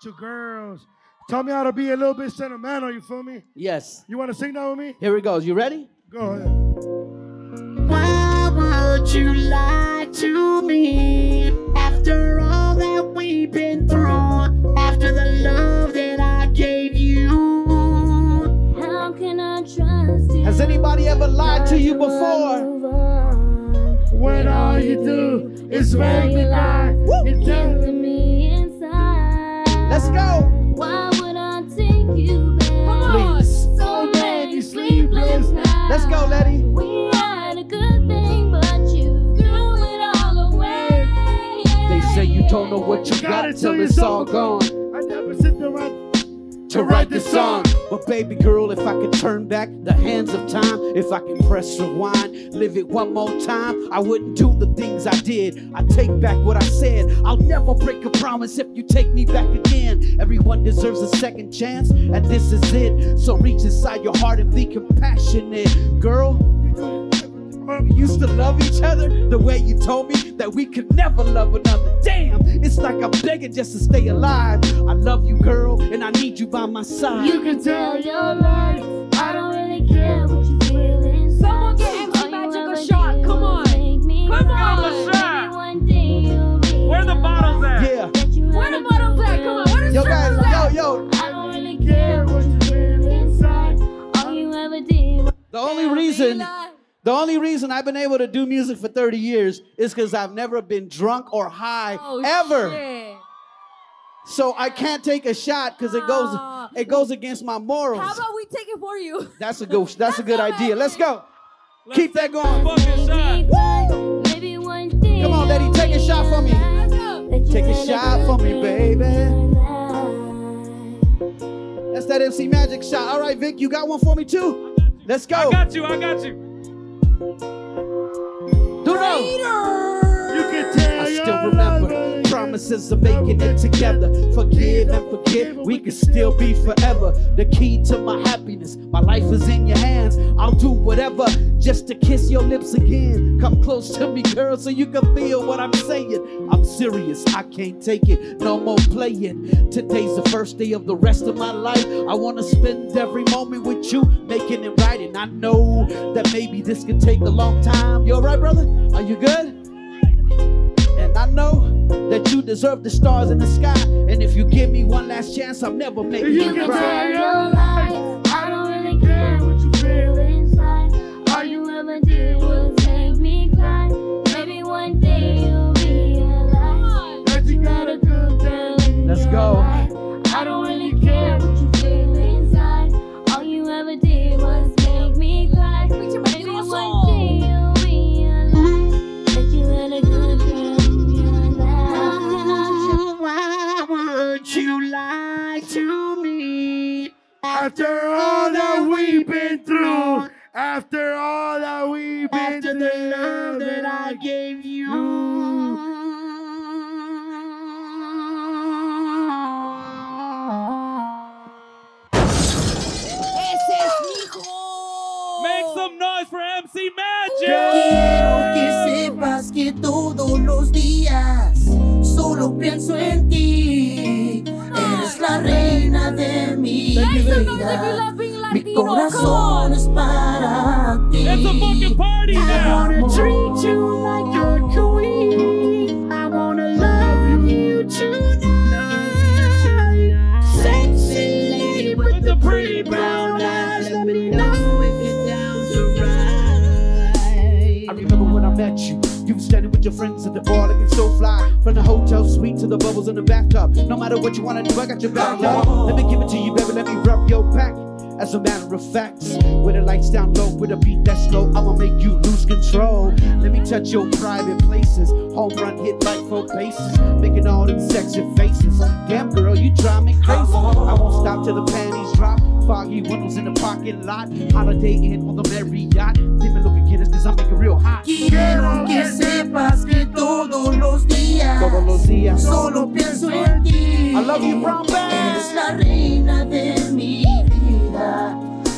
to girls. Taught me how to be a little bit sentimental, you feel me?
Yes.
You wanna sing that with me?
Here it goes. You ready?
Go ahead.
Why would you lie to me
After all that we've been through, after the love that I gave you, how can I trust
Has anybody ever lied to you before? When all you do is make me lie.
You're killing me inside.
Let's go.
Why would I take you back?
Please.
So many sleepless nights.
Let's go, Letty.
We had a good thing, but you threw it all away.
They say you don't know what you
Got
got
it
till it's all gone.
I never
sit there to write this song. But baby girl, if I could turn back the hands of time, if I can press rewind, live it one more time, I wouldn't do the things I did. I take back what I said. I'll never break a promise if you take me back again. Everyone deserves a second chance, and this is it. So reach inside your heart and be compassionate, girl. We used to love each other the way you told me that we could never love another. Damn, it's like I'm begging just to stay alive. I love you, girl, and I need you by my side.
You can tell your lies. I don't really care what you feel inside. Someone get MC Magical shot. Come on. Come on, shot. Where the bottles at?
Yeah.
Where the bottles at? Come on. Where the
Yo, guys,
circles at?
yo, yo.
I don't really care what you feel inside. All you ever did was
The only reason, the only reason I've been able to do music for 30 years is because I've never been drunk or high
Oh,
ever. So I can't take a shot because it goes,
Ah.
it goes against my morals.
How about we take it for you?
That's a good. That's a good idea. Let's go. Keep that going.
Maybe one day.
Come on, Letty, take a shot for me. Take a shot for me, baby. That's that MC Magic shot. All right, Vic, you got one for me too. Let's go. I got
you. I got you.
Do no. You can tell I still remember promises of making it together. Forgive and forget. We can still be forever. The key to my happiness. My life is in your hands. I'll do whatever just to kiss your lips again. Come close to me, girl, so you can feel what I'm saying. I'm serious. I can't take it. No more playing. Today's the first day of the rest of my life. I wanna spend every moment with you, making it right. And I know that maybe this could take a long time. You alright, brother? Are you good? And I know that you deserve the stars in the sky. And if you give me one last chance, I'll never make you,
You can tell
cry.
your lies. I don't really care what you feel inside. All you ever did was make me cry. Maybe one day you'll realize that you got a good girl in
Let's
your
go.
life. I don't really care what you feel inside. All you ever did was make me cry. Maybe one day you'll realize that you got a good girl in your life.
Why would you lie to me?
After all that we've been through, after all that we've been after through, the love that I
gave you.
Make some noise for MC Magic.
Quiero que sepas que todos los días solo pienso en ti. Eres la reina de mi vida. Mi corazón es para ti. It's a fucking party
now.
I wanna treat you like your queen. I wanna love you tonight. Sexy lady with the pretty brown eyes. Let me know if you're down to ride.
I remember when I met you. You were standing with your friends at the bar looking so fly. From the hotel suite to the bubbles in the bathtub. No matter what you wanna do, I got your back, love. Let me give it to you, baby. Let me rub your back. As a matter of fact, with the lights down low, with a beat that's slow, I'ma make you lose control. Let me touch your private places. Home run hit right for bases. Making all them sexy faces. Damn girl, you drive me crazy. I won't stop till the panties drop. Foggy windows in the parking lot. Holiday Inn on the Marriott. Women looking get us cause I'm making real hot.
Quiero que sepas que todos los días,
Todos los días.
solo pienso en ti.
I love you, brown bag.
Eres la reina de mi vida.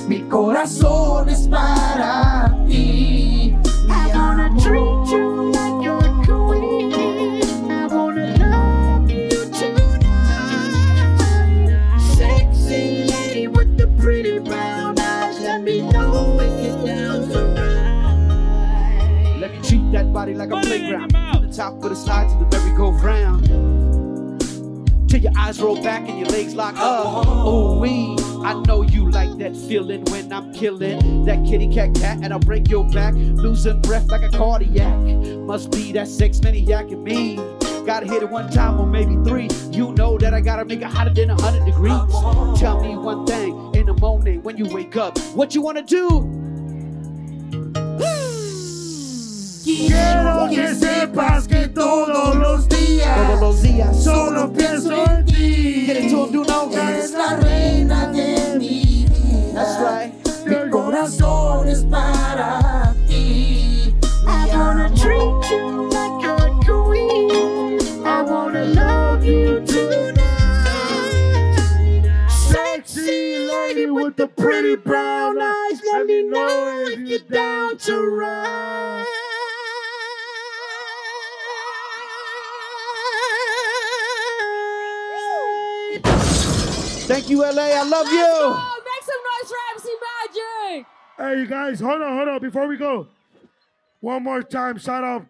Mi corazón es para ti. I wanna treat you like your queen. I wanna love you tonight. Sexy lady with the pretty brown eyes. Let me know when you're down to
Let me treat that body like a playground. From the top of the slide to the merry-go-round. till your eyes roll back and your legs lock up. Ooh wee, I know you like that feeling when I'm killing that kitty cat cat, and I'll break your back, losing breath like a cardiac. Must be that sex maniac in me. Gotta hit it one time or maybe three. You know that I gotta make it hotter than 100 degrees. Tell me one thing in the morning when you wake up, what you wanna do?
Quiero que sepas que todos los días,
todos los días,
solo pienso en ti. Eres la reina de mi vida. Mi corazón es para ti. I wanna treat you like a queen. I wanna love you tonight. Sexy lady with the pretty brown eyes. Let me know if you're down to ride.
Thank you, LA. I love
Let's
you.
go. oh, Make some noise for MC Magic.
Hey, you guys, hold on, hold on. Before we go, one more time, shout out,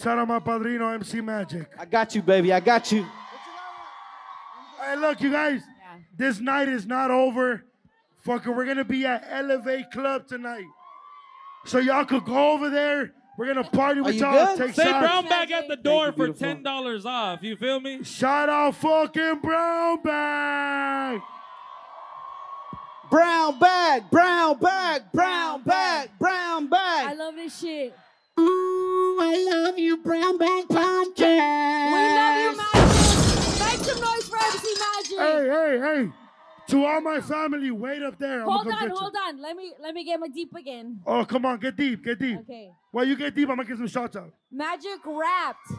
shout out my padrino, MC Magic.
I got you, baby. I got you.
Hey, look, you guys, this night is not over. Fucker, we're gonna be at Elevate Club tonight. So y'all could go over there. We're gonna party with y'all. Take
Say
shots.
brown bag at the door for ten dollars off. You feel me?
Shout out fucking brown bag.
Brown bag, brown bag, brown bag, brown bag. I
love this shit.
Ooh, I love you, Brown Bag Podcast.
We love you, Magic. Make some noise for MC Magic.
Hey, hey, hey. To all my family, wait up there. I'ma
Hold
come
on,
get you.
hold on. Let me let me get my deep again.
Oh, come on, get deep, get deep.
Okay.
While you get deep, I'm gonna get some shots out.
Magic rapped.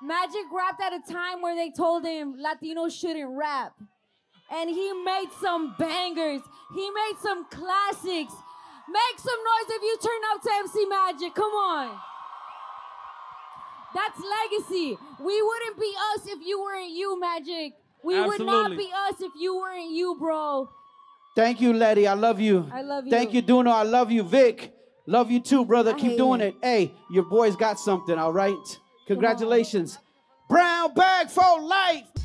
Magic rapped at a time where they told him Latinos shouldn't rap. And he made some bangers. He made some classics. Make some noise if you turn up to MC Magic. Come on. That's legacy. We wouldn't be us if you weren't you, Magic. We would not
Absolutely.
be us if you weren't you, bro.
Thank you, Letty. I love you.
I love
Thank
you.
you, Duno. I love you, Vic. Love you too, brother. Keep
hate
doing
you.
it. Hey, your boy's got something, all right? Congratulations. Brown bag for life.